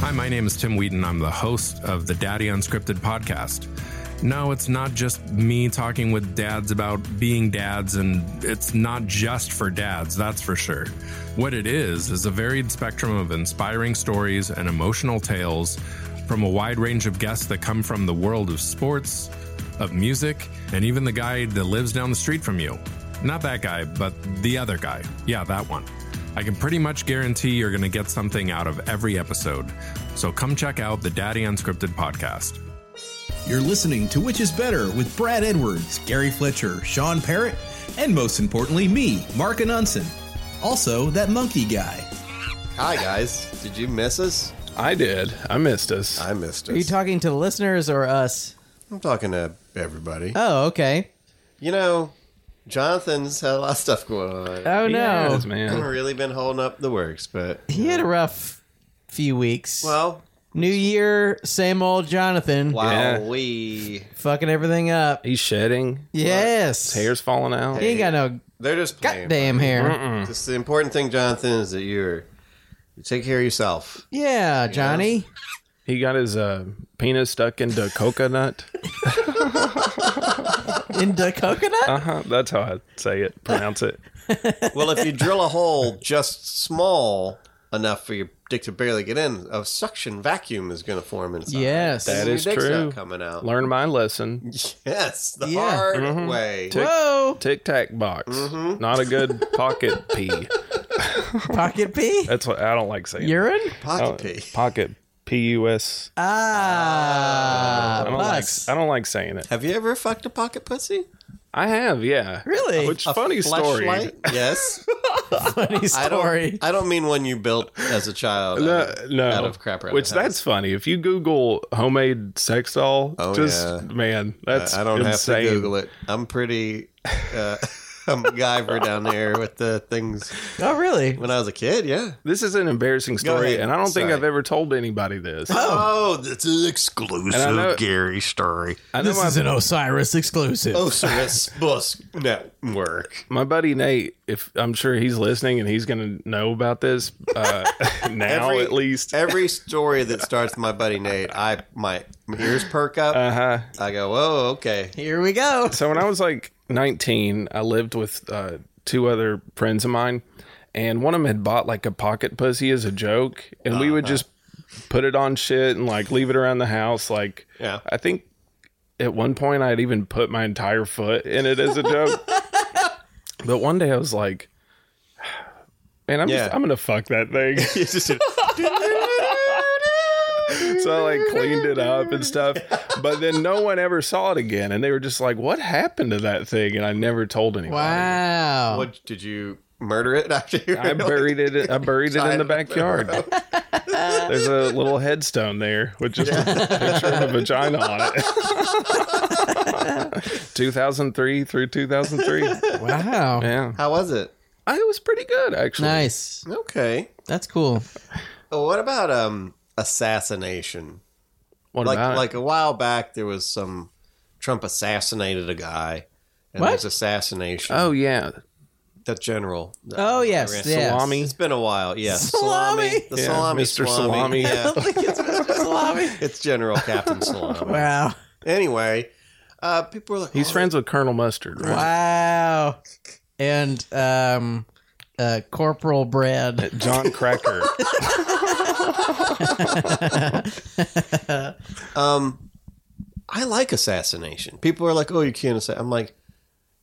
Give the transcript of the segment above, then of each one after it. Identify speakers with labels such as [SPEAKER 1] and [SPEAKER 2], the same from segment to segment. [SPEAKER 1] Hi, my name is Tim Wheaton. I'm the host of the Daddy Unscripted podcast. No, it's not just me talking with dads about being dads, and it's not just for dads, that's for sure. What it is, is a varied spectrum of inspiring stories and emotional tales from a wide range of guests that come from the world of sports, of music, and even the guy that lives down the street from you. Not that guy, but the other guy. Yeah, that one. I can pretty much guarantee you're going to get something out of every episode. So come check out the Daddy Unscripted podcast.
[SPEAKER 2] You're listening to Which is Better with Brad Edwards, Gary Fletcher, Sean Parrott, and most importantly, me, Mark Anunson. Also, that monkey guy.
[SPEAKER 3] Hi guys, did you miss us?
[SPEAKER 4] I did. I missed us.
[SPEAKER 3] I missed us.
[SPEAKER 5] Are you talking to the listeners or us?
[SPEAKER 3] I'm talking to everybody.
[SPEAKER 5] Oh, okay.
[SPEAKER 3] you know, Jonathan's had a lot of stuff going on.
[SPEAKER 5] Oh no,
[SPEAKER 4] Yes,
[SPEAKER 3] I haven't
[SPEAKER 4] man.
[SPEAKER 3] really been holding up the works, but
[SPEAKER 5] he had a rough few weeks.
[SPEAKER 3] well,
[SPEAKER 5] New year, same old Jonathan,
[SPEAKER 3] wow,
[SPEAKER 4] Yeah.
[SPEAKER 3] we
[SPEAKER 5] fucking everything up.
[SPEAKER 4] He's shedding.
[SPEAKER 5] Yes,
[SPEAKER 4] Hair's falling out.
[SPEAKER 5] He ain't got no
[SPEAKER 3] they're just playing.
[SPEAKER 5] goddamn hair.
[SPEAKER 3] Just the important thing, Jonathan, is that you're you take care of yourself.
[SPEAKER 5] Yeah, Johnny.
[SPEAKER 4] He got his uh, penis stuck into coconut.
[SPEAKER 5] Into coconut?
[SPEAKER 4] Uh huh. That's how I say it. Pronounce it.
[SPEAKER 3] Well, if you drill a hole just small enough for your dick to barely get in, a suction vacuum is going to form inside.
[SPEAKER 5] Yes.
[SPEAKER 3] And
[SPEAKER 4] That
[SPEAKER 3] your
[SPEAKER 4] is
[SPEAKER 3] dick's not
[SPEAKER 4] true.
[SPEAKER 3] coming out.
[SPEAKER 4] Learn my lesson.
[SPEAKER 3] Yes, the
[SPEAKER 5] Yeah.
[SPEAKER 3] hard way.
[SPEAKER 5] Whoa,
[SPEAKER 4] Tic Tac box.
[SPEAKER 3] Mm-hmm.
[SPEAKER 4] Not a good pocket pee.
[SPEAKER 5] pocket pee,
[SPEAKER 4] That's what I don't like saying.
[SPEAKER 5] urine.
[SPEAKER 3] Pocket pee.
[SPEAKER 4] pocket P U S. I
[SPEAKER 5] Ah,
[SPEAKER 4] don't like.
[SPEAKER 5] plus.
[SPEAKER 4] I don't like saying it.
[SPEAKER 3] Have you ever fucked a pocket pussy?
[SPEAKER 4] I have. Yeah.
[SPEAKER 5] Really?
[SPEAKER 4] Which
[SPEAKER 3] A
[SPEAKER 4] funny story.
[SPEAKER 3] fleshlight? Yes.
[SPEAKER 5] funny
[SPEAKER 3] I
[SPEAKER 5] story.
[SPEAKER 3] don't, I don't mean one you built as a child
[SPEAKER 4] No,
[SPEAKER 3] out of-
[SPEAKER 4] no.
[SPEAKER 3] out of crap around
[SPEAKER 4] Which
[SPEAKER 3] the house.
[SPEAKER 4] that's funny. If you Google homemade sex doll,
[SPEAKER 3] Oh,
[SPEAKER 4] just
[SPEAKER 3] yeah.
[SPEAKER 4] man, that's
[SPEAKER 3] I don't
[SPEAKER 4] insane.
[SPEAKER 3] have to Google it. I'm pretty uh, I'm MacGyver down there with the things
[SPEAKER 5] oh, really?
[SPEAKER 3] when I was a kid, yeah.
[SPEAKER 4] This is an embarrassing
[SPEAKER 3] Go
[SPEAKER 4] story,
[SPEAKER 3] ahead.
[SPEAKER 4] and I don't think
[SPEAKER 3] Sorry.
[SPEAKER 4] I've ever told anybody this.
[SPEAKER 3] Oh, that's an exclusive
[SPEAKER 4] And I know-
[SPEAKER 3] Gary story.
[SPEAKER 4] I know my,
[SPEAKER 5] an Osiris exclusive.
[SPEAKER 3] Oh. Osiris Bus Network.
[SPEAKER 4] my buddy Nate, if I'm sure he's listening and he's going to know about this uh, now
[SPEAKER 3] Every-
[SPEAKER 4] at least.
[SPEAKER 3] Every story that starts with my buddy Nate, I my ears perk up.
[SPEAKER 4] Uh-huh.
[SPEAKER 3] I go, oh, okay.
[SPEAKER 5] Here we go.
[SPEAKER 4] So when I was like 19, I lived with uh, two other friends of mine, and one of them had bought like a pocket pussy as a joke, and
[SPEAKER 3] Oh,
[SPEAKER 4] we would just put it on shit and like leave it around the house. Like,
[SPEAKER 3] Yeah.
[SPEAKER 4] I think at one point I had even put my entire foot in it as a joke. but one day I was like, man, I'm
[SPEAKER 3] Yeah.
[SPEAKER 4] just, I'm gonna fuck that thing.
[SPEAKER 3] It's just a-
[SPEAKER 4] so I like cleaned it up and stuff. But then no one ever saw it again, and they were just like, "What happened to that thing?" And I never told anyone.
[SPEAKER 5] Wow.
[SPEAKER 3] what did you murder it after you
[SPEAKER 4] I
[SPEAKER 3] realized-
[SPEAKER 4] buried it. I buried it in the backyard. There's a little headstone there with just a picture of a vagina on it. 2003 through 2003.
[SPEAKER 5] Wow.
[SPEAKER 4] Yeah,
[SPEAKER 3] How was it?
[SPEAKER 4] I it was pretty good actually.
[SPEAKER 5] Nice.
[SPEAKER 3] Okay.
[SPEAKER 5] That's cool.
[SPEAKER 3] Well, What about um assassination?
[SPEAKER 4] What
[SPEAKER 3] Like
[SPEAKER 4] about it?
[SPEAKER 3] like a while back, there was some Trump assassinated a guy, and
[SPEAKER 5] What?
[SPEAKER 3] there's assassination.
[SPEAKER 4] Oh yeah,
[SPEAKER 3] the general. Uh,
[SPEAKER 5] Oh yes,
[SPEAKER 3] Iran-
[SPEAKER 5] yes.
[SPEAKER 4] Salami.
[SPEAKER 3] It's been a while. Yes,
[SPEAKER 5] Salami?
[SPEAKER 3] The
[SPEAKER 4] Yeah,
[SPEAKER 3] salami,
[SPEAKER 4] Mr.
[SPEAKER 3] Salami.
[SPEAKER 4] Salami.
[SPEAKER 3] Yeah,
[SPEAKER 5] Salami.
[SPEAKER 3] it's General Captain Salami.
[SPEAKER 5] Wow.
[SPEAKER 3] Anyway, uh, people were like,
[SPEAKER 4] he's
[SPEAKER 3] "Oh,
[SPEAKER 4] friends with Colonel Mustard, right?
[SPEAKER 5] Wow. And um uh corporal bread.
[SPEAKER 4] John Cracker.
[SPEAKER 3] Um, I like assassination. People are like, "Oh, you can't assassinate." I'm like,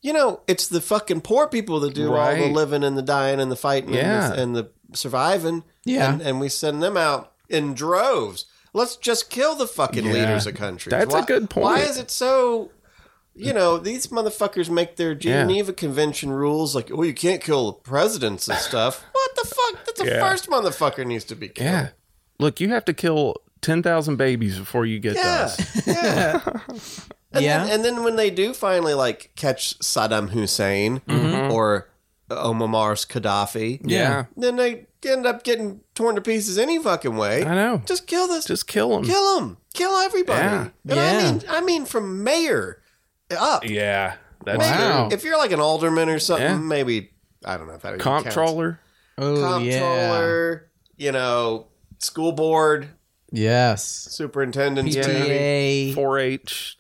[SPEAKER 3] you know, it's the fucking poor people that do all
[SPEAKER 4] Right.
[SPEAKER 3] the living and the dying and the fighting
[SPEAKER 4] Yeah.
[SPEAKER 3] and, the, and the surviving.
[SPEAKER 5] Yeah.
[SPEAKER 3] and, and we send them out in droves. Let's just kill the fucking
[SPEAKER 4] Yeah.
[SPEAKER 3] leaders of countries.
[SPEAKER 4] That's a
[SPEAKER 3] why,
[SPEAKER 4] good point.
[SPEAKER 3] Why is it so? You know, these motherfuckers make their
[SPEAKER 4] Yeah.
[SPEAKER 3] Geneva Convention rules like, oh, you can't kill the presidents and stuff. what the fuck? That's the
[SPEAKER 4] Yeah.
[SPEAKER 3] first motherfucker needs to be killed.
[SPEAKER 4] yeah. Look, you have to kill ten thousand babies before you get to
[SPEAKER 3] Yeah.
[SPEAKER 4] us.
[SPEAKER 3] Yeah. And
[SPEAKER 5] Yeah.
[SPEAKER 3] Then, and then when they do finally like catch Saddam Hussein or Omar's Gaddafi,
[SPEAKER 4] Mm-hmm. Yeah.
[SPEAKER 3] then they end up getting torn to pieces any fucking way.
[SPEAKER 4] I know. Just,
[SPEAKER 3] Just kill this. Just
[SPEAKER 4] kill them.
[SPEAKER 3] kill them. Kill everybody.
[SPEAKER 4] Yeah.
[SPEAKER 3] And I
[SPEAKER 5] Yeah.
[SPEAKER 3] mean, I mean, from mayor up.
[SPEAKER 4] yeah, that's
[SPEAKER 3] Maybe
[SPEAKER 4] true.
[SPEAKER 5] Wow.
[SPEAKER 3] If you're like an alderman or something,
[SPEAKER 4] Yeah.
[SPEAKER 3] maybe I don't know if that even counts.
[SPEAKER 4] Comptroller.
[SPEAKER 5] Oh yeah.
[SPEAKER 3] comptroller, you know, school board.
[SPEAKER 5] Yes.
[SPEAKER 3] Superintendent's baby.
[SPEAKER 5] PTA.
[SPEAKER 4] 4-H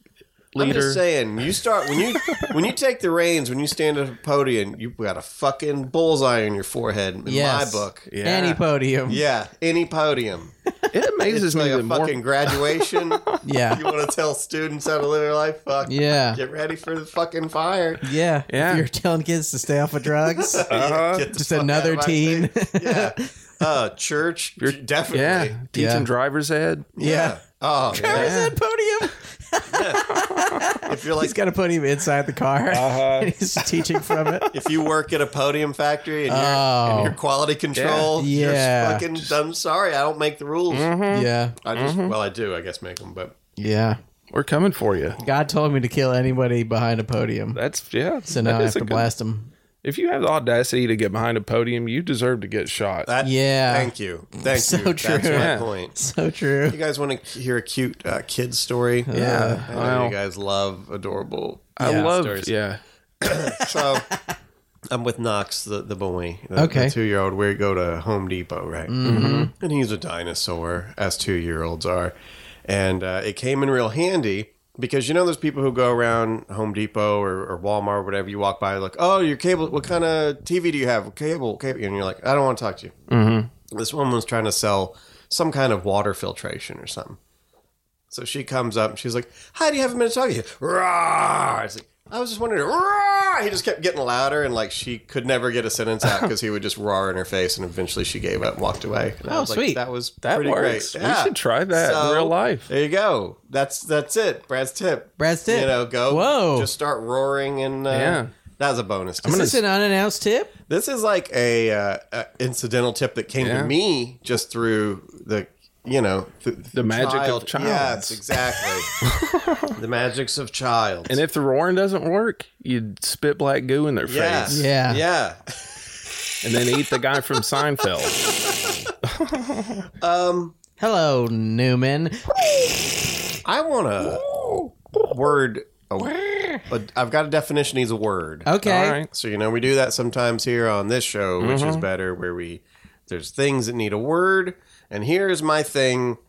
[SPEAKER 3] I'm
[SPEAKER 4] leader.
[SPEAKER 3] just saying, you start when you when you take the reins, when you stand at a podium, you've got a fucking bullseye on your forehead. In
[SPEAKER 5] Yes.
[SPEAKER 3] my book,
[SPEAKER 4] Yeah.
[SPEAKER 5] Any podium.
[SPEAKER 3] yeah, any podium,
[SPEAKER 4] it amazes
[SPEAKER 3] it's
[SPEAKER 4] me
[SPEAKER 3] like a
[SPEAKER 4] that more
[SPEAKER 3] fucking graduation. you
[SPEAKER 5] Yeah.
[SPEAKER 3] want to tell students how to live their life? Fuck
[SPEAKER 5] Yeah.
[SPEAKER 3] Get ready for the fucking fire.
[SPEAKER 5] Yeah.
[SPEAKER 4] Yeah.
[SPEAKER 5] If you're telling kids to stay off of drugs.
[SPEAKER 4] Uh-huh.
[SPEAKER 3] Get the
[SPEAKER 5] Just
[SPEAKER 3] fuck out
[SPEAKER 5] another
[SPEAKER 3] of my
[SPEAKER 5] teen.
[SPEAKER 3] face. yeah. Uh, church, definitely.
[SPEAKER 4] yeah, teaching
[SPEAKER 5] Yeah.
[SPEAKER 4] driver's ed.
[SPEAKER 5] yeah.
[SPEAKER 3] Oh,
[SPEAKER 5] Where's
[SPEAKER 3] yeah.
[SPEAKER 5] that podium?
[SPEAKER 3] if you're
[SPEAKER 5] He's
[SPEAKER 3] like,
[SPEAKER 5] got a podium inside the car.
[SPEAKER 4] Uh-huh.
[SPEAKER 5] and he's teaching from it.
[SPEAKER 3] if you work at a podium factory and you're, and
[SPEAKER 5] Oh.
[SPEAKER 3] you're quality control,
[SPEAKER 5] Yeah. Yeah. Mm-hmm.
[SPEAKER 3] you're just fucking. I'm sorry, I don't make the rules.
[SPEAKER 5] Yeah.
[SPEAKER 3] I just,
[SPEAKER 5] Mm-hmm.
[SPEAKER 3] well, I do, I guess, make them, but
[SPEAKER 5] Yeah.
[SPEAKER 4] We're coming for you.
[SPEAKER 5] God told me to kill anybody behind a podium.
[SPEAKER 4] That's yeah.
[SPEAKER 5] So now
[SPEAKER 4] that
[SPEAKER 5] I
[SPEAKER 4] is
[SPEAKER 5] have
[SPEAKER 4] a
[SPEAKER 5] to
[SPEAKER 4] good-
[SPEAKER 5] blast him.
[SPEAKER 4] If you have the audacity to get behind a podium, you deserve to get shot.
[SPEAKER 3] that.
[SPEAKER 5] Yeah.
[SPEAKER 3] Thank you. Thank
[SPEAKER 5] So
[SPEAKER 3] you.
[SPEAKER 5] true.
[SPEAKER 3] That's my
[SPEAKER 4] Yeah.
[SPEAKER 3] point.
[SPEAKER 5] So true.
[SPEAKER 3] You guys want to hear a cute uh, kid story?
[SPEAKER 4] yeah.
[SPEAKER 3] I know
[SPEAKER 4] Well,
[SPEAKER 3] you guys love adorable.
[SPEAKER 4] I
[SPEAKER 3] kid
[SPEAKER 4] love
[SPEAKER 3] stories.
[SPEAKER 4] yeah.
[SPEAKER 3] So I'm with Knox, the, the boy, the,
[SPEAKER 5] Okay.
[SPEAKER 3] two year old. We go to Home Depot, right? Mm-hmm. And he's a dinosaur, as two year olds are. And uh, it came in real handy because you know those people who go around Home Depot or, or Walmart or whatever. You walk by, like, oh, your cable. What kind of TV do you have? Cable, cable. And you're like, I don't want to talk to you. Mm-hmm. This woman was trying to sell some kind of water filtration or something. So she comes up and she's like, Hi, do you have a minute to talk to you? Roar! I was, like, I was just wondering, roar! He just kept getting louder and like she could never get a sentence out because he would just roar in her face and eventually she gave up and walked away. And I
[SPEAKER 5] Oh,
[SPEAKER 3] was like,
[SPEAKER 5] sweet.
[SPEAKER 3] that was
[SPEAKER 4] That
[SPEAKER 3] pretty
[SPEAKER 4] works.
[SPEAKER 3] great.
[SPEAKER 4] We
[SPEAKER 3] Yeah.
[SPEAKER 4] should try that in
[SPEAKER 3] So,
[SPEAKER 4] real life.
[SPEAKER 3] There you go. That's that's it. Brad's tip.
[SPEAKER 5] Brad's tip.
[SPEAKER 3] You know, go.
[SPEAKER 5] Whoa.
[SPEAKER 3] Just start roaring and uh,
[SPEAKER 4] Yeah.
[SPEAKER 3] That was a bonus.
[SPEAKER 5] Is
[SPEAKER 3] tip.
[SPEAKER 5] this an unannounced tip?
[SPEAKER 3] This is like a, uh, uh incidental tip that came
[SPEAKER 4] Yeah.
[SPEAKER 3] to me just through the you know th-
[SPEAKER 4] The magic of child.
[SPEAKER 3] Yes, exactly. the magics of child.
[SPEAKER 4] And if the roaring doesn't work, you spit black goo in their
[SPEAKER 3] yeah,
[SPEAKER 4] face
[SPEAKER 5] Yeah.
[SPEAKER 3] yeah.
[SPEAKER 4] and then eat the guy from Seinfeld.
[SPEAKER 5] Hello, Newman.
[SPEAKER 3] I want a word. i I've got a definition. He's a word.
[SPEAKER 5] Okay.
[SPEAKER 4] All right.
[SPEAKER 3] So you know we do that sometimes here on this show, which is better, where we there's things that need a word, and here's my thing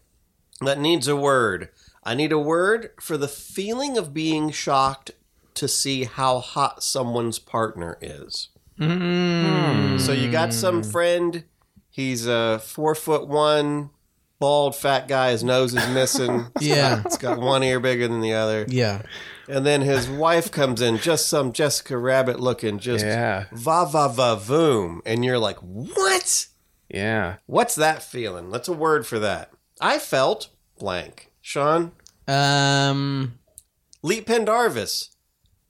[SPEAKER 3] that needs a word. I need a word for the feeling of being shocked to see how hot someone's partner is. So you got some friend, he's a four foot one, bald fat guy, his nose is missing.
[SPEAKER 5] Yeah.
[SPEAKER 3] It's got one ear bigger than the other.
[SPEAKER 5] Yeah.
[SPEAKER 3] And then his wife comes in, just some Jessica Rabbit looking, just
[SPEAKER 4] Yeah.
[SPEAKER 3] va va va voom. And you're like, what?
[SPEAKER 4] Yeah.
[SPEAKER 3] What's that feeling? That's a word for that. I felt blank. Sean,
[SPEAKER 5] Um.
[SPEAKER 3] Lee Pendarvis,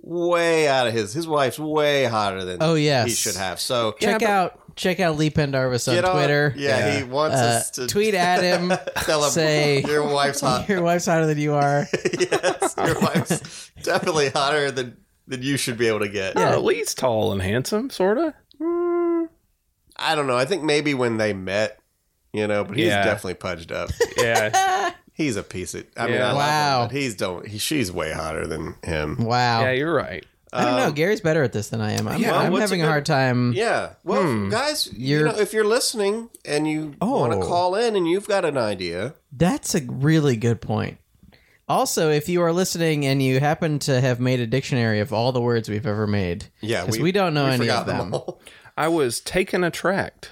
[SPEAKER 3] way out of his. His wife's way hotter than
[SPEAKER 5] Oh, yes.
[SPEAKER 3] he should have. So
[SPEAKER 5] Check out check out Lee Pendarvis on
[SPEAKER 3] get on-
[SPEAKER 5] Twitter.
[SPEAKER 3] Yeah, he wants
[SPEAKER 5] Uh,
[SPEAKER 3] us to
[SPEAKER 5] tweet at him.
[SPEAKER 3] tell him
[SPEAKER 5] say-
[SPEAKER 3] your wife's hot.
[SPEAKER 5] Your wife's hotter than you are.
[SPEAKER 3] yes, your wife's definitely hotter than than you should be able to get.
[SPEAKER 4] Oh, at least tall and handsome, sorta.
[SPEAKER 3] I don't know. I think maybe when they met, you know, but he's
[SPEAKER 4] Yeah.
[SPEAKER 3] definitely pudged up.
[SPEAKER 4] Yeah.
[SPEAKER 3] He's a piece of. I mean,
[SPEAKER 4] Yeah.
[SPEAKER 3] I love him,
[SPEAKER 5] Wow.
[SPEAKER 3] but he's don't. He, she's way hotter than him.
[SPEAKER 5] Wow.
[SPEAKER 4] yeah, you're right.
[SPEAKER 5] I don't know. Gary's better at this than I am. I'm,
[SPEAKER 3] um, Yeah,
[SPEAKER 5] I'm
[SPEAKER 3] what's
[SPEAKER 5] having
[SPEAKER 3] a
[SPEAKER 5] a
[SPEAKER 3] good-
[SPEAKER 5] hard time.
[SPEAKER 3] Yeah. Well, guys, you
[SPEAKER 5] You're-
[SPEAKER 3] know, if you're listening and you want to
[SPEAKER 5] Oh.
[SPEAKER 3] call in and you've got an idea,
[SPEAKER 5] That's a really good point. Also, if you are listening and you happen to have made a dictionary of all the words we've ever made,
[SPEAKER 3] yeah,
[SPEAKER 5] because we, don't know
[SPEAKER 3] we
[SPEAKER 5] any
[SPEAKER 3] forgot
[SPEAKER 5] of them.
[SPEAKER 3] all.
[SPEAKER 4] I was taken attract.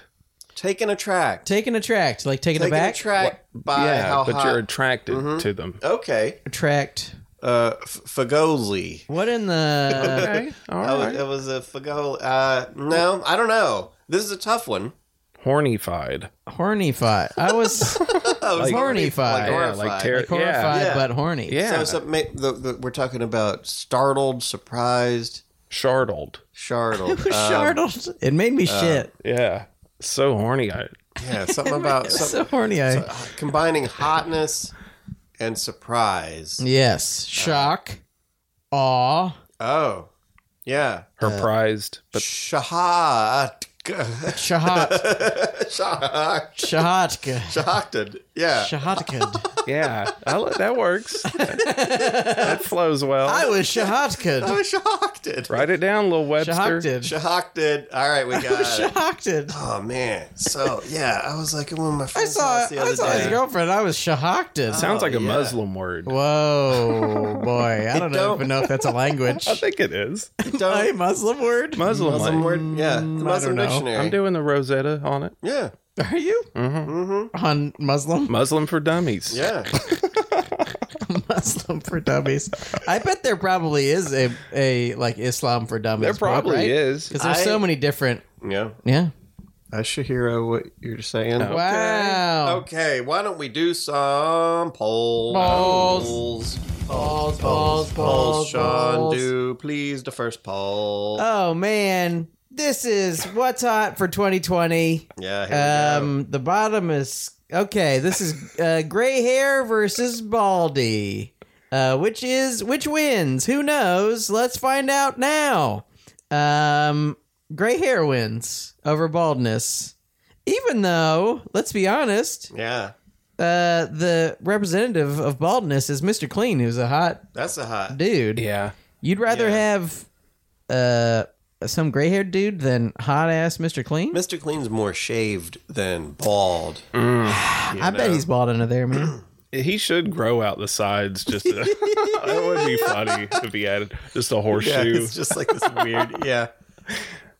[SPEAKER 3] Taking a track.
[SPEAKER 5] Taking a tract, like taking
[SPEAKER 3] Taking
[SPEAKER 5] a
[SPEAKER 3] a
[SPEAKER 5] back
[SPEAKER 3] track by
[SPEAKER 4] Yeah,
[SPEAKER 3] how
[SPEAKER 4] but
[SPEAKER 3] hot. Mm-hmm.
[SPEAKER 4] you're attracted to them.
[SPEAKER 3] okay.
[SPEAKER 5] tract.
[SPEAKER 3] Uh, f- Fagoli.
[SPEAKER 5] What in the?
[SPEAKER 4] Okay. All
[SPEAKER 3] Oh,
[SPEAKER 4] right.
[SPEAKER 3] it was a Fagoli. Uh, no, I don't know. This is a tough one.
[SPEAKER 4] Hornified.
[SPEAKER 5] horny fight. I was
[SPEAKER 3] I was
[SPEAKER 5] Like-
[SPEAKER 3] Like,
[SPEAKER 5] Hornified. Yeah,
[SPEAKER 4] Yeah,
[SPEAKER 3] horrified.
[SPEAKER 4] like ter-
[SPEAKER 5] horrified
[SPEAKER 3] Yeah.
[SPEAKER 5] but horny.
[SPEAKER 4] Yeah.
[SPEAKER 3] So
[SPEAKER 4] yeah.
[SPEAKER 3] some- ma- the, the, we're talking about startled, surprised,
[SPEAKER 4] Shardled.
[SPEAKER 3] shardled. Um, uh,
[SPEAKER 5] Shardled. It made me shit.
[SPEAKER 4] Yeah. So horny. I
[SPEAKER 3] yeah, something about
[SPEAKER 5] It's so
[SPEAKER 3] something,
[SPEAKER 5] horny. I,
[SPEAKER 3] uh, combining hotness and surprise.
[SPEAKER 5] yes. Shock. Aw.
[SPEAKER 3] Oh, yeah.
[SPEAKER 4] her prized, but
[SPEAKER 3] Shahat.
[SPEAKER 5] Shahat.
[SPEAKER 3] Shahat.
[SPEAKER 5] Shahatka.
[SPEAKER 3] Shahakted. Yeah.
[SPEAKER 5] Shahatka.
[SPEAKER 4] Yeah, I li- that works. that flows well.
[SPEAKER 5] I was shahakted.
[SPEAKER 3] I shocked it.
[SPEAKER 4] Write it down, little Webster.
[SPEAKER 5] Shahakted.
[SPEAKER 3] Shocked it. All right, we got it.
[SPEAKER 5] Shahakted.
[SPEAKER 3] Oh man. So yeah, I was like in one of my
[SPEAKER 5] I
[SPEAKER 3] friends'
[SPEAKER 5] saw,
[SPEAKER 3] house the other
[SPEAKER 5] I saw his
[SPEAKER 3] day.
[SPEAKER 5] girlfriend. I was shahakted.
[SPEAKER 4] Sounds
[SPEAKER 3] Oh,
[SPEAKER 4] like a
[SPEAKER 3] yeah.
[SPEAKER 4] Muslim word.
[SPEAKER 5] Whoa, boy. I don't, know
[SPEAKER 3] don't-
[SPEAKER 5] even know if that's a language.
[SPEAKER 4] I think it is
[SPEAKER 5] A
[SPEAKER 3] Don't-
[SPEAKER 5] Muslim word?
[SPEAKER 4] Muslim.
[SPEAKER 3] Oh, Muslim
[SPEAKER 4] word.
[SPEAKER 3] word. Yeah, the Muslim
[SPEAKER 5] know.
[SPEAKER 3] dictionary.
[SPEAKER 4] I'm doing the Rosetta on it.
[SPEAKER 3] Yeah,
[SPEAKER 5] Are you? Mm-hmm. On Muslim?
[SPEAKER 4] Muslim for dummies.
[SPEAKER 3] yeah.
[SPEAKER 5] Muslim for dummies. I bet there probably is a, a like Islam for dummies.
[SPEAKER 4] There probably
[SPEAKER 5] right?
[SPEAKER 4] is.
[SPEAKER 5] Because there's
[SPEAKER 3] I-
[SPEAKER 5] so many different.
[SPEAKER 3] yeah.
[SPEAKER 5] Yeah.
[SPEAKER 3] I should hear what you're saying.
[SPEAKER 5] Wow.
[SPEAKER 3] Okay, why don't we do some polls?
[SPEAKER 5] Polls. Balls, balls,
[SPEAKER 3] Polls,
[SPEAKER 5] balls,
[SPEAKER 3] Sean,
[SPEAKER 5] balls.
[SPEAKER 3] do please the first poll.
[SPEAKER 5] Oh, man. This is what's hot for 2020.
[SPEAKER 3] yeah, here
[SPEAKER 5] Um, the bottom is okay. This is uh, gray hair versus baldy. Uh, which is which wins? Who knows? Let's find out now. Um, gray hair wins over baldness. Even though, let's be honest,
[SPEAKER 3] we go. Yeah,
[SPEAKER 5] uh, the representative of baldness is Mr. Clean, who's a hot
[SPEAKER 3] that's a hot.
[SPEAKER 5] dude.
[SPEAKER 4] Yeah.
[SPEAKER 5] You'd rather
[SPEAKER 3] Yeah.
[SPEAKER 5] have uh, some gray haired dude than hot ass Mr. Clean?
[SPEAKER 3] Mr. Clean's more shaved than bald.
[SPEAKER 5] I bet he's bald under there, man.
[SPEAKER 4] He should grow out the sides. Just to, that would be funny if he had just a
[SPEAKER 3] Yeah,
[SPEAKER 4] horseshoe.
[SPEAKER 3] it's just like this weird. Yeah.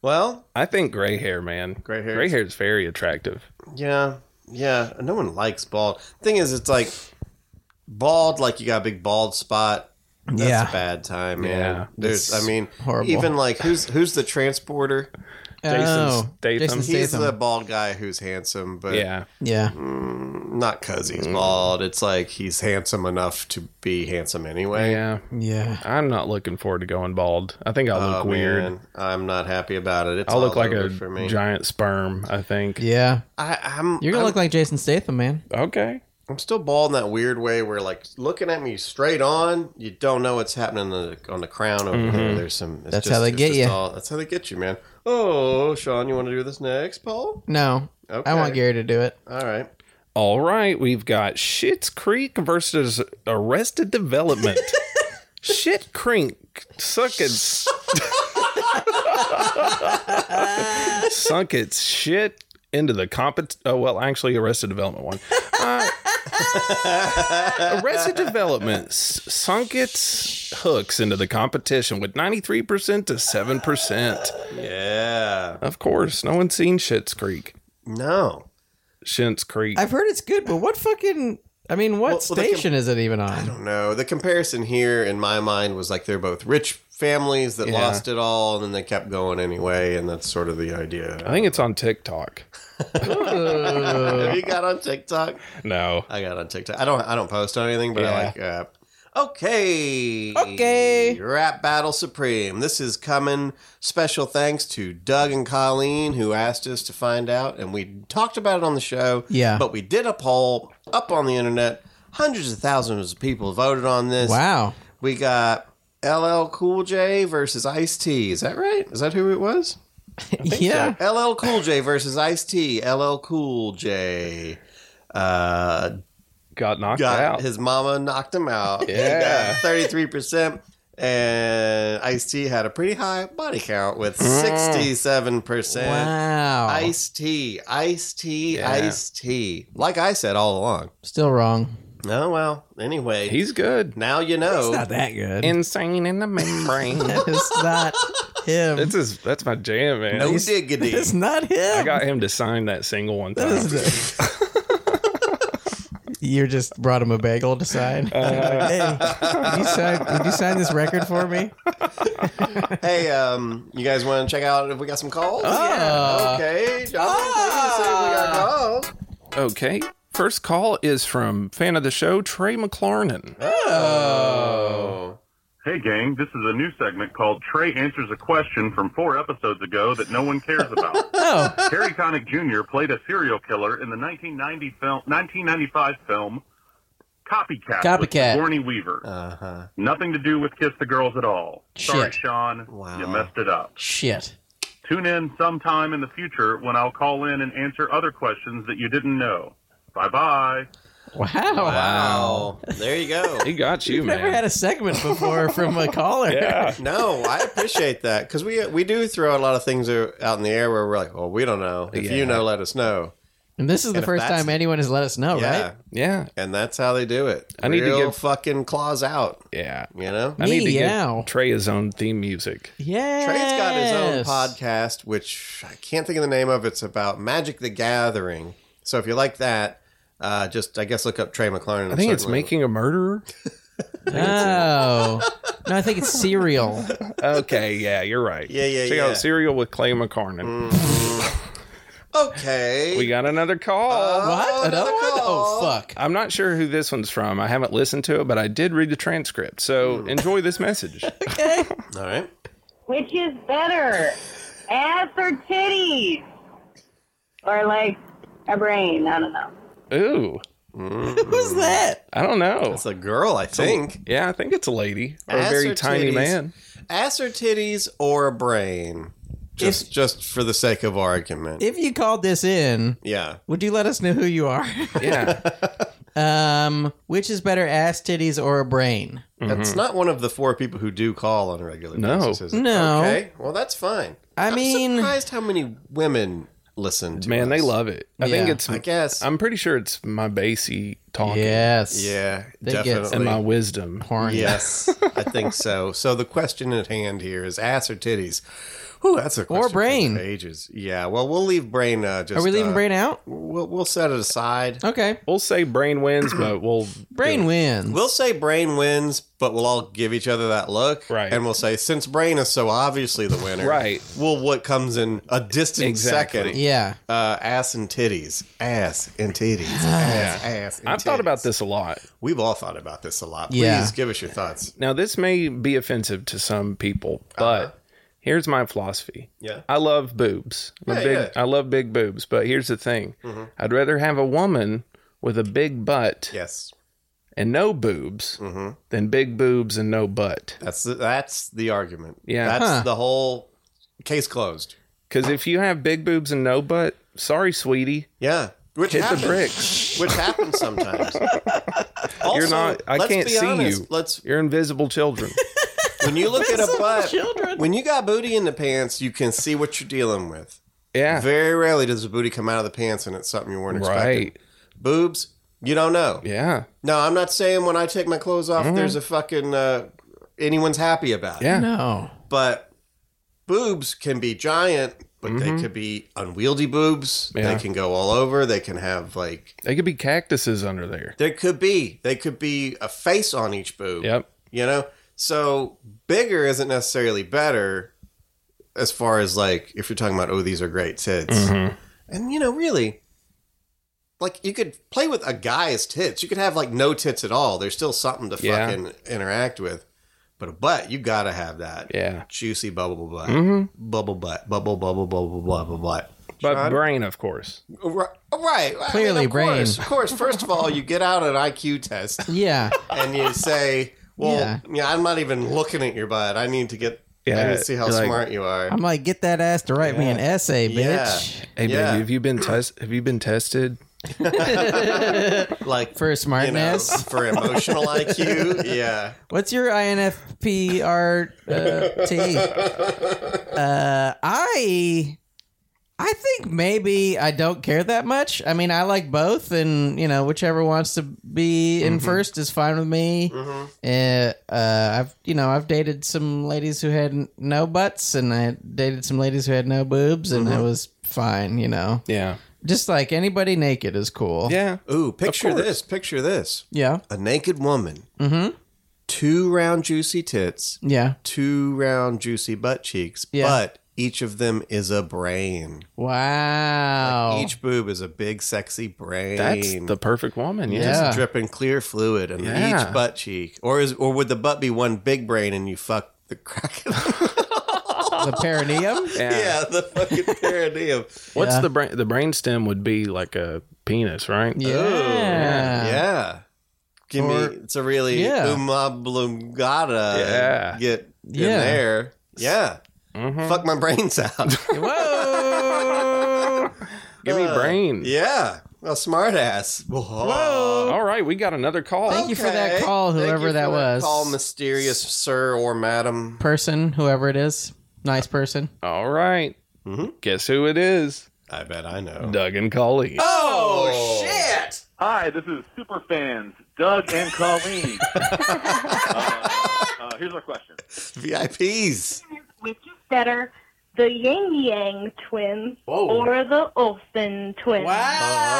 [SPEAKER 3] Well,
[SPEAKER 4] I think gray hair, man.
[SPEAKER 3] Gray hair
[SPEAKER 4] Gray
[SPEAKER 3] is-
[SPEAKER 4] hair is very attractive.
[SPEAKER 3] yeah, yeah. No one likes bald. Thing is, it's like bald. Like you got a big bald spot. That's
[SPEAKER 5] Yeah.
[SPEAKER 3] a bad time,
[SPEAKER 4] Yeah,
[SPEAKER 3] man. There's, I mean,
[SPEAKER 5] horrible.
[SPEAKER 3] even like who's who's the transporter?
[SPEAKER 5] Oh,
[SPEAKER 4] Statham.
[SPEAKER 5] Jason
[SPEAKER 3] He's
[SPEAKER 5] Statham.
[SPEAKER 3] the bald guy who's handsome, but
[SPEAKER 4] Yeah.
[SPEAKER 5] yeah.
[SPEAKER 3] not because
[SPEAKER 5] Mm.
[SPEAKER 3] he's bald. It's like he's handsome enough to be handsome anyway.
[SPEAKER 4] Yeah.
[SPEAKER 5] Yeah.
[SPEAKER 4] I'm not looking forward to going bald. I think I'll
[SPEAKER 3] Oh,
[SPEAKER 4] look weird.
[SPEAKER 3] man, I'm not happy about it. It's
[SPEAKER 4] I'll look
[SPEAKER 3] all
[SPEAKER 4] like
[SPEAKER 3] over
[SPEAKER 4] a
[SPEAKER 3] for me.
[SPEAKER 4] giant sperm, I think.
[SPEAKER 5] Yeah.
[SPEAKER 3] I, I'm
[SPEAKER 5] You're
[SPEAKER 3] I'm-
[SPEAKER 5] going to look like Jason Statham, man.
[SPEAKER 4] Okay.
[SPEAKER 3] I'm still bald in that weird way where, like, looking at me straight on, you don't know what's happening on the, on the crown over there. There's some. It's
[SPEAKER 5] Mm-hmm. That's
[SPEAKER 3] just-
[SPEAKER 5] how they
[SPEAKER 3] it's
[SPEAKER 5] get
[SPEAKER 3] just
[SPEAKER 5] you.
[SPEAKER 3] all- that's how they get you, man. Oh, Sean, you want to do this next, Paul?
[SPEAKER 5] No.
[SPEAKER 3] Okay.
[SPEAKER 5] I want Gary to do it.
[SPEAKER 3] All right.
[SPEAKER 4] All right, we've got Shit's Creek versus Arrested Development. Shit Creek suck its sunk its shit into the compet. Oh well, actually, Arrested Development one. Uh, Arrested Development s- sunk its hooks into the competition with ninety three percent to seven percent.
[SPEAKER 3] Yeah.
[SPEAKER 4] Of course, no one's seen Shit's Creek.
[SPEAKER 3] No.
[SPEAKER 4] Shit's Creek.
[SPEAKER 5] I've heard it's good, but what fucking. I mean, what
[SPEAKER 3] well, they can-
[SPEAKER 5] station is it even on?
[SPEAKER 3] No. The comparison here in my mind was like they're both rich families that lost it all and then they kept going anyway. And that's sort of the
[SPEAKER 4] I
[SPEAKER 3] idea.
[SPEAKER 4] think it's on TikTok.
[SPEAKER 5] Uh.
[SPEAKER 3] Have you got on TikTok?
[SPEAKER 4] No.
[SPEAKER 3] I got on TikTok. I don't. I don't post on anything, but I
[SPEAKER 4] Yeah.
[SPEAKER 3] like. Uh, okay.
[SPEAKER 5] Okay.
[SPEAKER 3] Rap battle supreme. This is coming. Special thanks to Doug and Colleen who asked us to find out, and we talked about it on the show.
[SPEAKER 5] Yeah.
[SPEAKER 3] But we did a poll up on the internet. Hundreds of thousands of people voted on this.
[SPEAKER 5] Wow.
[SPEAKER 3] We got LL Cool J versus Ice T. Is that right? Is that who it was?
[SPEAKER 5] Yeah.
[SPEAKER 3] LL Cool J versus Ice T. LL Cool J. Uh,
[SPEAKER 4] got knocked
[SPEAKER 3] got
[SPEAKER 4] out.
[SPEAKER 3] his mama knocked him out.
[SPEAKER 4] Yeah.
[SPEAKER 3] thirty three percent. And Ice T had a pretty high body count with
[SPEAKER 4] Mm.
[SPEAKER 3] sixty seven
[SPEAKER 5] Uh,
[SPEAKER 3] percent.
[SPEAKER 5] Wow.
[SPEAKER 3] Ice T, Ice T,
[SPEAKER 4] Yeah.
[SPEAKER 3] Ice T. Like I said all along.
[SPEAKER 5] Still wrong.
[SPEAKER 3] Oh well. Anyway,
[SPEAKER 4] He's good.
[SPEAKER 3] now you know.
[SPEAKER 5] that good.
[SPEAKER 4] Insane in the membrane.
[SPEAKER 5] it's not him.
[SPEAKER 4] that's his, that's my jam, man.
[SPEAKER 3] no diggity.
[SPEAKER 5] It's not
[SPEAKER 4] I
[SPEAKER 5] him.
[SPEAKER 4] got him to sign that single one time.
[SPEAKER 5] you just brought him a bagel to sign. hey, did you sign, did you sign this record for me?
[SPEAKER 3] hey, um, you guys want to check out if we got some calls?
[SPEAKER 4] Ah.
[SPEAKER 5] Oh,
[SPEAKER 3] Okay, John, please say we got calls.
[SPEAKER 4] Okay. First call is from fan of the show, Trey McLarnon.
[SPEAKER 6] Hey, gang, this is a new segment called Trey Answers a Question from four episodes ago that no one cares about.
[SPEAKER 5] Oh,
[SPEAKER 6] Harry Connick Jr. played a serial killer in the 1990 film, 1995 film Copycat. With
[SPEAKER 5] Copycat.
[SPEAKER 6] Sigourney Weaver.
[SPEAKER 3] Uh huh.
[SPEAKER 6] Nothing to do with Kiss the Girls at all. Sorry,
[SPEAKER 5] Shit.
[SPEAKER 6] Sean.
[SPEAKER 3] Wow.
[SPEAKER 6] You messed it up.
[SPEAKER 5] shit.
[SPEAKER 6] Tune in sometime in the future when I'll call in and answer other questions that you didn't know. Bye bye.
[SPEAKER 5] Wow.
[SPEAKER 3] Wow. There you go.
[SPEAKER 4] He got you, man.
[SPEAKER 5] Never had a segment before from a caller.
[SPEAKER 4] yeah.
[SPEAKER 3] No, I appreciate that because we we do throw a lot of things out in the air where we're like, well, we don't know. If you know, let us know.
[SPEAKER 5] And this is the
[SPEAKER 3] if
[SPEAKER 5] first
[SPEAKER 3] that's-
[SPEAKER 5] time anyone has let us know,
[SPEAKER 3] Yeah,
[SPEAKER 5] right?
[SPEAKER 4] Yeah.
[SPEAKER 3] and that's how they do it.
[SPEAKER 4] I need to
[SPEAKER 3] Real
[SPEAKER 4] give-
[SPEAKER 3] fucking claws out.
[SPEAKER 4] Yeah.
[SPEAKER 3] You know,
[SPEAKER 4] I need to
[SPEAKER 5] Meow.
[SPEAKER 4] get Trey his own theme music.
[SPEAKER 5] Yeah.
[SPEAKER 3] Trey's got his own podcast, which I can't think of the name of. It's about Magic the Gathering. So if you like that, uh, just I guess look up Trey McLaren.
[SPEAKER 4] I think it's making a murderer.
[SPEAKER 5] Oh. no, I think it's cereal.
[SPEAKER 4] okay, yeah, you're right.
[SPEAKER 3] Yeah, yeah,
[SPEAKER 4] Check
[SPEAKER 3] yeah. Mm.
[SPEAKER 4] out Serial with Clay McCarnan.
[SPEAKER 3] okay.
[SPEAKER 4] We got another call.
[SPEAKER 3] Uh,
[SPEAKER 5] What? Another one? Oh, fuck.
[SPEAKER 4] I'm not sure who this one's from. I haven't listened to it, but I did read the transcript. So
[SPEAKER 3] Mm.
[SPEAKER 4] enjoy this message.
[SPEAKER 3] All right.
[SPEAKER 7] Which is better, ass or titties? Or like a brain? I don't know.
[SPEAKER 4] Ooh,
[SPEAKER 5] Who's that?
[SPEAKER 4] I don't know.
[SPEAKER 3] It's a girl, I think.
[SPEAKER 4] Yeah, I think it's a lady or a
[SPEAKER 3] Ass
[SPEAKER 4] very
[SPEAKER 3] or
[SPEAKER 4] tiny
[SPEAKER 3] titties?
[SPEAKER 4] man.
[SPEAKER 3] Ass or titties or a brain? Just just for the sake of argument.
[SPEAKER 5] If you called this in,
[SPEAKER 3] yeah.
[SPEAKER 5] would you let us know who you are?
[SPEAKER 4] Yeah,
[SPEAKER 5] um, which is better, ass titties or a brain?
[SPEAKER 3] That's not one of the four people who do call on a regular
[SPEAKER 4] Mm-hmm. No.
[SPEAKER 3] basis, is it?
[SPEAKER 5] No.
[SPEAKER 3] Okay. Well, that's fine.
[SPEAKER 5] I
[SPEAKER 3] I'm
[SPEAKER 5] mean-
[SPEAKER 3] surprised how many women listen to
[SPEAKER 4] man, they
[SPEAKER 3] us.
[SPEAKER 4] love it. I think
[SPEAKER 5] Yeah.
[SPEAKER 4] it's.
[SPEAKER 3] I guess.
[SPEAKER 4] I'm pretty sure it's my bassy talking
[SPEAKER 5] Yes.
[SPEAKER 3] yeah,
[SPEAKER 5] They get-
[SPEAKER 3] definitely.
[SPEAKER 4] and my wisdom.
[SPEAKER 5] Horny.
[SPEAKER 3] Yes, I think so. So the question at hand here is ass or titties? Whew, that's a question for
[SPEAKER 5] brain.
[SPEAKER 3] ages. Yeah. Well, we'll leave brain. Uh, just
[SPEAKER 5] Are we leaving
[SPEAKER 3] uh,
[SPEAKER 5] brain out?
[SPEAKER 3] We'll, we'll set it aside.
[SPEAKER 5] Okay.
[SPEAKER 4] We'll say brain wins, but we'll
[SPEAKER 5] Brain wins.
[SPEAKER 3] We'll say brain wins, but we'll all give each other that look,
[SPEAKER 4] Right.
[SPEAKER 3] And we'll say since brain is so obviously the winner,
[SPEAKER 4] Right.
[SPEAKER 3] Well, what comes in a distant
[SPEAKER 4] Exactly.
[SPEAKER 3] second?
[SPEAKER 5] yeah.
[SPEAKER 3] Uh, ass and titties, ass and titties, ass, ass. And
[SPEAKER 4] I've thought
[SPEAKER 3] titties.
[SPEAKER 4] about this a lot.
[SPEAKER 3] We've all thought about this a lot. Please
[SPEAKER 5] Yeah.
[SPEAKER 3] give us your thoughts.
[SPEAKER 4] Now, this may be offensive to some people,
[SPEAKER 3] Uh-huh.
[SPEAKER 4] but here's my philosophy.
[SPEAKER 3] Yeah.
[SPEAKER 4] I love boobs. I'm a
[SPEAKER 3] Yeah,
[SPEAKER 4] big,
[SPEAKER 3] yeah. Mm-hmm.
[SPEAKER 4] I love big boobs, but here's the thing. I'd rather have a woman with a big butt
[SPEAKER 3] Yes, Mm-hmm.
[SPEAKER 4] and no boobs than big boobs and no butt.
[SPEAKER 3] that's the, that's the argument.
[SPEAKER 4] Yeah.
[SPEAKER 3] that's
[SPEAKER 5] Huh.
[SPEAKER 3] the whole case closed.
[SPEAKER 4] Because if you have big boobs and no butt, sorry, sweetie,
[SPEAKER 3] Yeah, which
[SPEAKER 4] hit
[SPEAKER 3] happens,
[SPEAKER 4] the brick.
[SPEAKER 3] which happens sometimes.
[SPEAKER 4] You're
[SPEAKER 3] Also,
[SPEAKER 4] not. I
[SPEAKER 3] let's
[SPEAKER 4] can't
[SPEAKER 3] be
[SPEAKER 4] see
[SPEAKER 3] honest.
[SPEAKER 4] you.
[SPEAKER 3] Let's
[SPEAKER 4] You're invisible children.
[SPEAKER 3] when you look at a butt,
[SPEAKER 5] children.
[SPEAKER 3] when you got booty in the pants, you can see what you're dealing with.
[SPEAKER 4] Yeah.
[SPEAKER 3] Very rarely does the booty come out of the pants and it's something you weren't expecting.
[SPEAKER 4] right.
[SPEAKER 3] Boobs, you don't know.
[SPEAKER 4] Yeah. Mm-hmm.
[SPEAKER 3] No, I'm not saying when I take my clothes off, there's a fucking uh, anyone's happy about it.
[SPEAKER 4] Yeah.
[SPEAKER 5] No.
[SPEAKER 3] But boobs can be giant, but they could be unwieldy boobs.
[SPEAKER 4] Mm-hmm. Yeah.
[SPEAKER 3] They can go all over. They can have like
[SPEAKER 4] They could be cactuses under there.
[SPEAKER 3] There could be. They could be a face on each boob.
[SPEAKER 4] Yep.
[SPEAKER 3] You know? So bigger isn't necessarily better as far as like if you're talking about, oh, these are great tits.
[SPEAKER 4] Mm-hmm.
[SPEAKER 3] And you know, really, like you could play with a guy's tits. You could have like no tits at all. There's still something to
[SPEAKER 4] Yeah.
[SPEAKER 3] fucking interact with. But a butt, you gotta have that.
[SPEAKER 4] Yeah.
[SPEAKER 3] Juicy bubble butt. Bubble butt. Bubble bubble bubble bubble butt.
[SPEAKER 4] But brain, of course.
[SPEAKER 3] Right. right. I mean,
[SPEAKER 5] Clearly
[SPEAKER 3] of
[SPEAKER 5] brain.
[SPEAKER 3] Course, of course. First of all, you get out an IQ test
[SPEAKER 5] Yeah.
[SPEAKER 3] and you say, "Well,
[SPEAKER 5] Yeah.
[SPEAKER 3] yeah. I'm not even looking at your butt. I need to get, I
[SPEAKER 4] Yeah,
[SPEAKER 3] need to see how
[SPEAKER 4] you're like-
[SPEAKER 3] smart you are."
[SPEAKER 5] I'm like, get that ass to write me an essay, bitch.
[SPEAKER 4] Hey,
[SPEAKER 3] Yeah.
[SPEAKER 4] baby, have you been test? Have you been tested?
[SPEAKER 3] like
[SPEAKER 5] For
[SPEAKER 3] you know,
[SPEAKER 5] smartness.
[SPEAKER 3] for emotional IQ, yeah.
[SPEAKER 5] What's your INFPRT? Uh, I I think maybe I don't care that much. I mean, I like both, and you know, whichever wants to be
[SPEAKER 3] Mm-hmm.
[SPEAKER 5] in first is fine with me. Uh, uh, I've you know I've dated some ladies who had n- no butts, and I dated some ladies who had no boobs,
[SPEAKER 3] Mm-hmm.
[SPEAKER 5] and I was fine. You know,
[SPEAKER 4] Yeah.
[SPEAKER 5] just like anybody naked is cool.
[SPEAKER 4] Yeah.
[SPEAKER 3] Ooh, picture this. Picture this:
[SPEAKER 5] yeah,
[SPEAKER 3] a naked woman,
[SPEAKER 5] Mm-hmm.
[SPEAKER 3] two round juicy tits,
[SPEAKER 5] yeah.
[SPEAKER 3] two round juicy butt cheeks,
[SPEAKER 5] Yeah.
[SPEAKER 3] but each of them is a brain.
[SPEAKER 5] Wow.
[SPEAKER 3] Each boob is a big, sexy brain.
[SPEAKER 4] That's the perfect woman. Yeah.
[SPEAKER 5] Yeah.
[SPEAKER 3] dripping clear fluid in
[SPEAKER 4] Yeah.
[SPEAKER 3] each butt cheek, or is or would the butt be one big brain and you fuck the crack?
[SPEAKER 5] the perineum.
[SPEAKER 3] Oh,
[SPEAKER 4] Yeah.
[SPEAKER 3] yeah, the fucking perineum.
[SPEAKER 4] What's
[SPEAKER 5] Yeah.
[SPEAKER 4] the brain? The brain stem would be like a penis, right?
[SPEAKER 5] Yeah.
[SPEAKER 3] yeah, give
[SPEAKER 5] Uh, Or-
[SPEAKER 3] me. It's a really
[SPEAKER 5] Yeah.
[SPEAKER 3] umablungata.
[SPEAKER 4] Yeah.
[SPEAKER 3] get in
[SPEAKER 5] Yeah.
[SPEAKER 3] there. Yeah,
[SPEAKER 4] Mm-hmm.
[SPEAKER 3] fuck my brains out. Uh,
[SPEAKER 5] Whoa.
[SPEAKER 4] Give me brain.
[SPEAKER 3] yeah, A smart ass. Whoa.
[SPEAKER 4] All right, we got another call.
[SPEAKER 5] Thank you for that call,
[SPEAKER 3] Thank you
[SPEAKER 5] whoever
[SPEAKER 3] for
[SPEAKER 5] that was.
[SPEAKER 3] Call mysterious sir or madam.
[SPEAKER 5] person, whoever it is, nice person.
[SPEAKER 4] All right. Guess who it is?
[SPEAKER 3] I bet I know.
[SPEAKER 4] Doug and Colleen.
[SPEAKER 5] Oh shit!
[SPEAKER 6] Hi, this is Superfans Doug and Colleen. uh, uh, here's our question.
[SPEAKER 3] VIPs.
[SPEAKER 7] Which is better, the Yang Yang twins or the Olsen twins?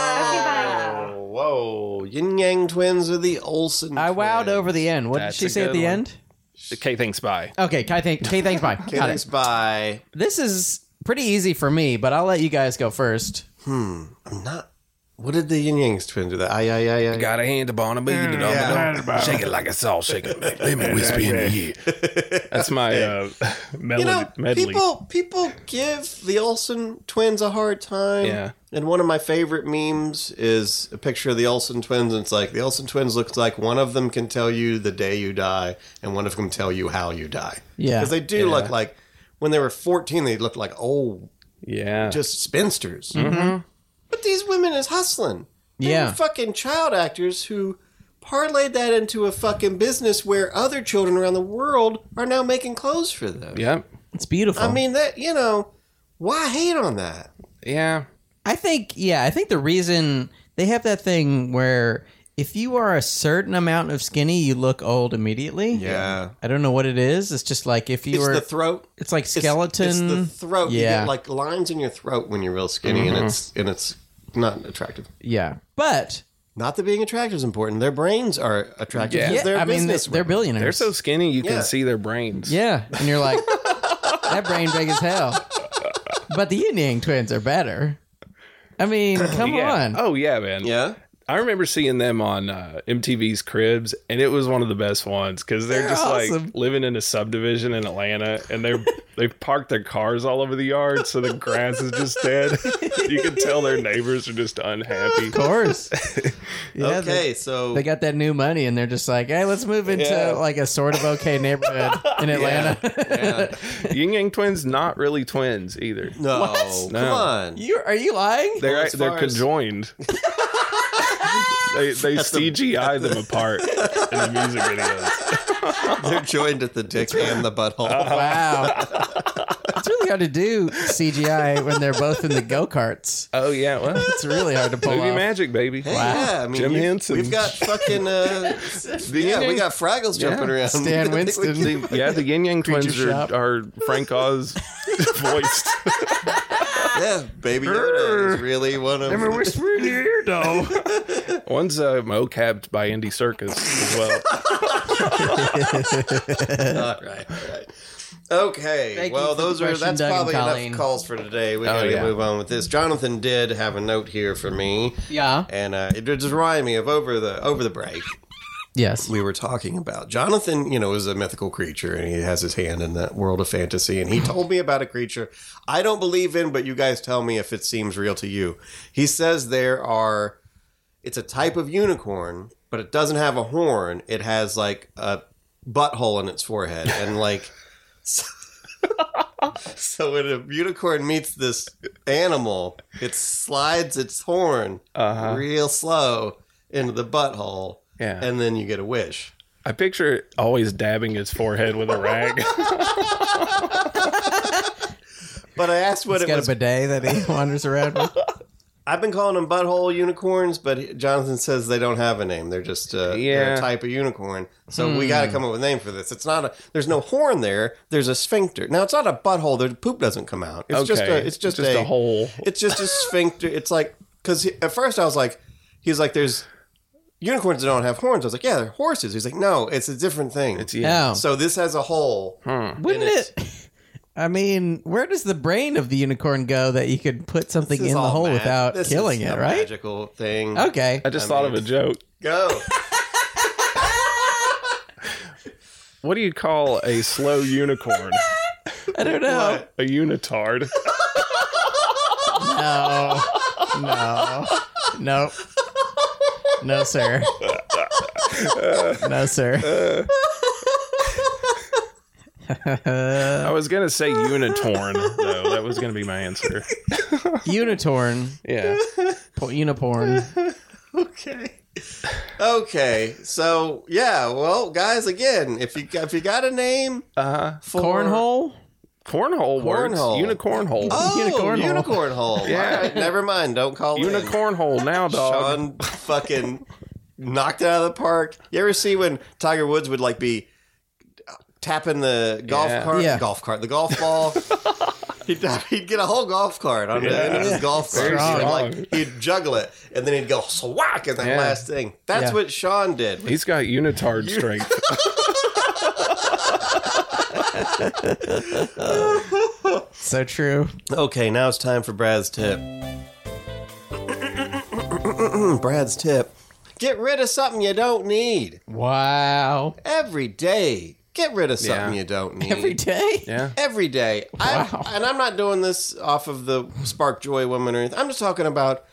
[SPEAKER 5] Wow!
[SPEAKER 3] Oh, whoa. Yin Yang twins are the Olsen
[SPEAKER 5] I wowed
[SPEAKER 3] twins.
[SPEAKER 5] over the end. What
[SPEAKER 4] That's
[SPEAKER 5] did she
[SPEAKER 4] a
[SPEAKER 5] say at
[SPEAKER 4] good
[SPEAKER 5] the
[SPEAKER 4] one.
[SPEAKER 5] end?
[SPEAKER 4] Okay, thanks. Bye.
[SPEAKER 5] Okay, Kai, thank, Kay, thanks. Bye.
[SPEAKER 3] Okay,
[SPEAKER 5] Got
[SPEAKER 3] thanks,
[SPEAKER 5] it.
[SPEAKER 3] bye.
[SPEAKER 5] This is pretty easy for me, but I'll let you guys go first.
[SPEAKER 3] I'm not. What did the Yin Yang twins do? That I, I, I, I.
[SPEAKER 4] Got a hand upon a bead. Shake it like a saw shaker. Let me whisper in the ear. That's my uh,
[SPEAKER 3] you
[SPEAKER 4] melody,
[SPEAKER 3] know,
[SPEAKER 4] medley.
[SPEAKER 3] people people give the Olsen twins a hard time.
[SPEAKER 4] Yeah.
[SPEAKER 3] And one of my favorite memes is a picture of the Olsen twins, and it's like the Olsen twins looks like one of them can tell you the day you die, and one of them can tell you how you die.
[SPEAKER 5] Yeah.
[SPEAKER 3] because they do look like when they were fourteen, they looked like old,
[SPEAKER 4] yeah.
[SPEAKER 3] just spinsters. Mm-hmm. But these women is hustling. They
[SPEAKER 5] Yeah.
[SPEAKER 3] were fucking child actors who parlayed that into a fucking business where other children around the world are now making clothes for them.
[SPEAKER 4] Yep.
[SPEAKER 5] It's beautiful.
[SPEAKER 3] I mean that you know, why hate on that?
[SPEAKER 4] Yeah.
[SPEAKER 5] I think, yeah, I think the reason they have that thing where if you are a certain amount of skinny, you look old immediately.
[SPEAKER 3] Yeah.
[SPEAKER 5] I don't know what it is. It's just like if you
[SPEAKER 3] It's
[SPEAKER 5] were,
[SPEAKER 3] the throat.
[SPEAKER 5] it's like
[SPEAKER 3] It's-
[SPEAKER 5] skeleton.
[SPEAKER 3] It's, the throat. You
[SPEAKER 5] Yeah. Mm-hmm.
[SPEAKER 3] get like lines in your throat when you're real skinny and it's and it's not attractive.
[SPEAKER 5] yeah. But,
[SPEAKER 3] Not that being attractive is important. Their brains are attractive.
[SPEAKER 4] Yeah.
[SPEAKER 3] because
[SPEAKER 5] yeah,
[SPEAKER 3] They're
[SPEAKER 5] I mean, they,
[SPEAKER 3] business
[SPEAKER 5] they're billionaires.
[SPEAKER 4] They're so skinny you
[SPEAKER 3] Yeah.
[SPEAKER 4] can see their brains.
[SPEAKER 5] Yeah, and you're like, that brain big as hell. But the Yin Yang twins are better. I mean, come
[SPEAKER 4] Yeah.
[SPEAKER 5] on.
[SPEAKER 4] Oh yeah, man.
[SPEAKER 3] Yeah.
[SPEAKER 4] I remember seeing them on uh, MTV's Cribs, and it was one of the best ones because they're,
[SPEAKER 5] They're
[SPEAKER 4] just
[SPEAKER 5] awesome.
[SPEAKER 4] like living in a subdivision in Atlanta, and they're they've parked their cars all over the yard, so the grass is just dead. you can tell their neighbors are just unhappy.
[SPEAKER 5] Of course. Yeah,
[SPEAKER 3] okay,
[SPEAKER 5] They,
[SPEAKER 3] so
[SPEAKER 5] they got that new money, and they're just like, hey, let's move into
[SPEAKER 3] Yeah.
[SPEAKER 5] like a sort of okay neighborhood in Atlanta.
[SPEAKER 3] yeah.
[SPEAKER 4] Yin Yang twins, not really twins either.
[SPEAKER 3] no, come
[SPEAKER 4] No.
[SPEAKER 3] on.
[SPEAKER 5] you are you lying?
[SPEAKER 4] They're
[SPEAKER 3] Well, as
[SPEAKER 4] they're
[SPEAKER 3] far as-
[SPEAKER 4] conjoined. they they CGI them apart in the music videos.
[SPEAKER 3] They're joined at the dick and the butthole.
[SPEAKER 4] Uh-huh.
[SPEAKER 5] Wow. it's really hard to do CGI when they're both in the go karts.
[SPEAKER 4] Oh yeah, well,
[SPEAKER 5] It's really hard to pull
[SPEAKER 4] movie
[SPEAKER 5] off.
[SPEAKER 4] magic, baby.
[SPEAKER 3] Yeah, I mean,
[SPEAKER 4] Jim
[SPEAKER 3] you-
[SPEAKER 4] Henson.
[SPEAKER 3] We've got fucking uh, yeah, we got Fraggles jumping
[SPEAKER 4] Yeah.
[SPEAKER 3] around. I
[SPEAKER 5] Stan
[SPEAKER 3] think we
[SPEAKER 5] Winston.
[SPEAKER 3] can-
[SPEAKER 4] The- yeah, the Yin Yang
[SPEAKER 5] Creature
[SPEAKER 4] twins
[SPEAKER 5] Shop.
[SPEAKER 4] are, are Frank Oz voiced.
[SPEAKER 3] yeah, Baby Yoda is really one of. them.
[SPEAKER 4] whispering here, though. One's uh, mocapped by Andy Circus as well.
[SPEAKER 3] all right, all right. Okay.
[SPEAKER 5] Thank you
[SPEAKER 3] well,
[SPEAKER 5] for the
[SPEAKER 3] those are
[SPEAKER 5] question,
[SPEAKER 3] that's
[SPEAKER 5] Doug and
[SPEAKER 3] probably enough
[SPEAKER 5] Colleen.
[SPEAKER 3] calls for today. We gotta
[SPEAKER 4] yeah.
[SPEAKER 3] move on with this. Jonathan did have a note here for me,
[SPEAKER 5] Yeah.
[SPEAKER 3] and uh, it just reminded me of over the over the break
[SPEAKER 5] Yes.
[SPEAKER 3] we were talking about. Jonathan, you know, is a mythical creature, and he has his hand in that world of fantasy. And he told me about a creature I don't believe in, but you guys tell me if it seems real to you. He says there are. It's a type of unicorn, but it doesn't have a horn. It has like a butthole in its forehead, and like. So when a unicorn meets this animal, it slides its horn real slow into the butthole,
[SPEAKER 4] Yeah.
[SPEAKER 3] and then you get a wish.
[SPEAKER 4] I picture it always dabbing his forehead with a rag.
[SPEAKER 3] But I asked what
[SPEAKER 5] He's
[SPEAKER 3] it
[SPEAKER 5] got a
[SPEAKER 3] was.
[SPEAKER 5] bidet that he wanders around with.
[SPEAKER 3] I've been calling them butthole unicorns, but Jonathan says they don't have a name. They're just uh, they're
[SPEAKER 4] Yeah.
[SPEAKER 3] a type of unicorn. So
[SPEAKER 5] Hmm.
[SPEAKER 3] we got to come up with a name for this. It's not a. There's no horn there. There's a sphincter. Now it's not a butthole. The poop doesn't come out. It's just
[SPEAKER 4] Okay.
[SPEAKER 3] a. It's just,
[SPEAKER 4] Just a hole.
[SPEAKER 3] It's just a sphincter. It's like because at first I was like, he's like, there's unicorns that don't have horns. I was like, yeah, they're horses. He's like, no, it's a different thing. It's
[SPEAKER 5] Yeah.
[SPEAKER 3] So this has a hole.
[SPEAKER 5] Wouldn't it? I mean, where does the brain of the unicorn go that you could put something
[SPEAKER 3] This is
[SPEAKER 5] in the
[SPEAKER 3] all
[SPEAKER 5] hole
[SPEAKER 3] mag-
[SPEAKER 5] without
[SPEAKER 3] this
[SPEAKER 5] killing
[SPEAKER 3] is
[SPEAKER 5] it,
[SPEAKER 3] a
[SPEAKER 5] right?
[SPEAKER 3] Magical thing.
[SPEAKER 5] Okay.
[SPEAKER 4] I just thought of a joke.
[SPEAKER 3] Go.
[SPEAKER 4] What do you call a slow unicorn?
[SPEAKER 5] I don't know.
[SPEAKER 4] A unitard.
[SPEAKER 5] No. No. Nope. No, sir. No, sir.
[SPEAKER 4] I was gonna say unitorn though. That was gonna be my answer.
[SPEAKER 5] Unitorn.
[SPEAKER 4] Yeah.
[SPEAKER 5] po- uniporn.
[SPEAKER 3] okay. Okay, so yeah, well, guys, again, if you if you got a name
[SPEAKER 4] Uh huh.
[SPEAKER 3] for
[SPEAKER 5] Cornhole?
[SPEAKER 4] Cornhole,
[SPEAKER 3] Cornhole.
[SPEAKER 4] works. Unicorn hole.
[SPEAKER 3] oh,
[SPEAKER 5] Unicorn
[SPEAKER 3] unicorn,
[SPEAKER 5] hole.
[SPEAKER 3] hole,
[SPEAKER 4] Yeah.
[SPEAKER 3] All right, never mind, don't call it
[SPEAKER 4] Unicorn hole now, dog.
[SPEAKER 3] Sean fucking knocked it out of the park. You ever see when Tiger Woods would like be tapping the golf
[SPEAKER 4] Yeah.
[SPEAKER 3] cart,
[SPEAKER 5] Yeah.
[SPEAKER 3] golf cart, the golf ball? he'd, he'd get a whole golf cart on the end of his golf cart.
[SPEAKER 4] Very
[SPEAKER 3] He'd,
[SPEAKER 4] strong.
[SPEAKER 3] like he'd juggle it, and then he'd go swack at that
[SPEAKER 4] Yeah.
[SPEAKER 3] last thing. That's
[SPEAKER 5] Yeah.
[SPEAKER 3] what Sean did.
[SPEAKER 4] He's got unitard strength.
[SPEAKER 5] So true.
[SPEAKER 3] Okay, now it's time for Brad's tip. Brad's tip. Get rid of something you don't need
[SPEAKER 5] Wow.
[SPEAKER 3] every day. Get rid of something
[SPEAKER 4] Yeah.
[SPEAKER 3] you don't need
[SPEAKER 5] Every day?
[SPEAKER 4] Yeah.
[SPEAKER 3] Every day. I, and I'm not doing this off of the Spark Joy woman or anything. I'm just talking about,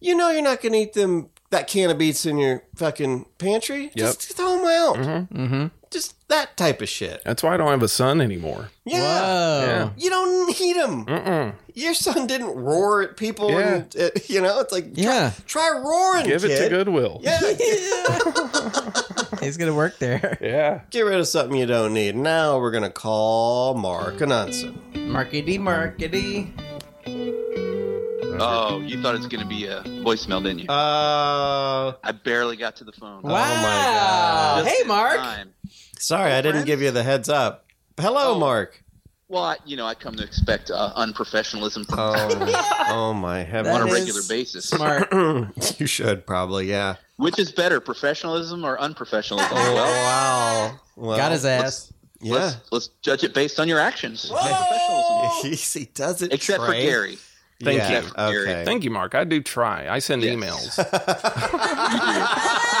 [SPEAKER 3] you know, you're not going to eat them, that can of beets in your fucking pantry. Just throw them out. Mm-hmm. Just that type of shit.
[SPEAKER 4] That's why I don't have a son anymore.
[SPEAKER 3] Yeah.
[SPEAKER 5] Oh.
[SPEAKER 4] Yeah.
[SPEAKER 3] You don't need them. Your son didn't roar at people. And, uh, you know, it's like,
[SPEAKER 5] Yeah.
[SPEAKER 3] try, try roaring.
[SPEAKER 4] Give it to
[SPEAKER 3] kid.
[SPEAKER 4] Goodwill.
[SPEAKER 3] Yeah.
[SPEAKER 5] He's going to work there.
[SPEAKER 4] Yeah.
[SPEAKER 3] Get rid of something you don't need. Now we're going to call Mark Anonson.
[SPEAKER 5] Markety, markety.
[SPEAKER 8] Oh, you thought it was going to be a voicemail, didn't you?
[SPEAKER 3] Uh,
[SPEAKER 8] I barely got to the phone.
[SPEAKER 5] Wow.
[SPEAKER 3] God.
[SPEAKER 8] Just
[SPEAKER 5] Oh, Hey,
[SPEAKER 8] in
[SPEAKER 5] Mark.
[SPEAKER 8] time.
[SPEAKER 3] sorry, I didn't
[SPEAKER 8] friends?
[SPEAKER 3] give you the heads up. Hello,
[SPEAKER 8] Oh.
[SPEAKER 3] Mark.
[SPEAKER 8] Well, I, you know, I come to expect uh, unprofessionalism from
[SPEAKER 3] Oh, oh my heavens.
[SPEAKER 8] on a
[SPEAKER 5] That
[SPEAKER 8] regular
[SPEAKER 5] is
[SPEAKER 8] basis.
[SPEAKER 5] Smart.
[SPEAKER 3] you should probably, yeah.
[SPEAKER 8] Which is better, professionalism or unprofessionalism?
[SPEAKER 3] Oh,
[SPEAKER 8] well,
[SPEAKER 3] wow. Well,
[SPEAKER 5] Got his ass.
[SPEAKER 3] Yeah.
[SPEAKER 8] let's, let's judge it based on your actions. Professionalism.
[SPEAKER 3] he, he does it.
[SPEAKER 8] Except for
[SPEAKER 3] Trey.
[SPEAKER 8] Gary.
[SPEAKER 3] Thank
[SPEAKER 8] you. Except for
[SPEAKER 3] Okay.
[SPEAKER 8] Gary.
[SPEAKER 4] Thank you, Mark. I do try. I send
[SPEAKER 8] Yes.
[SPEAKER 4] emails.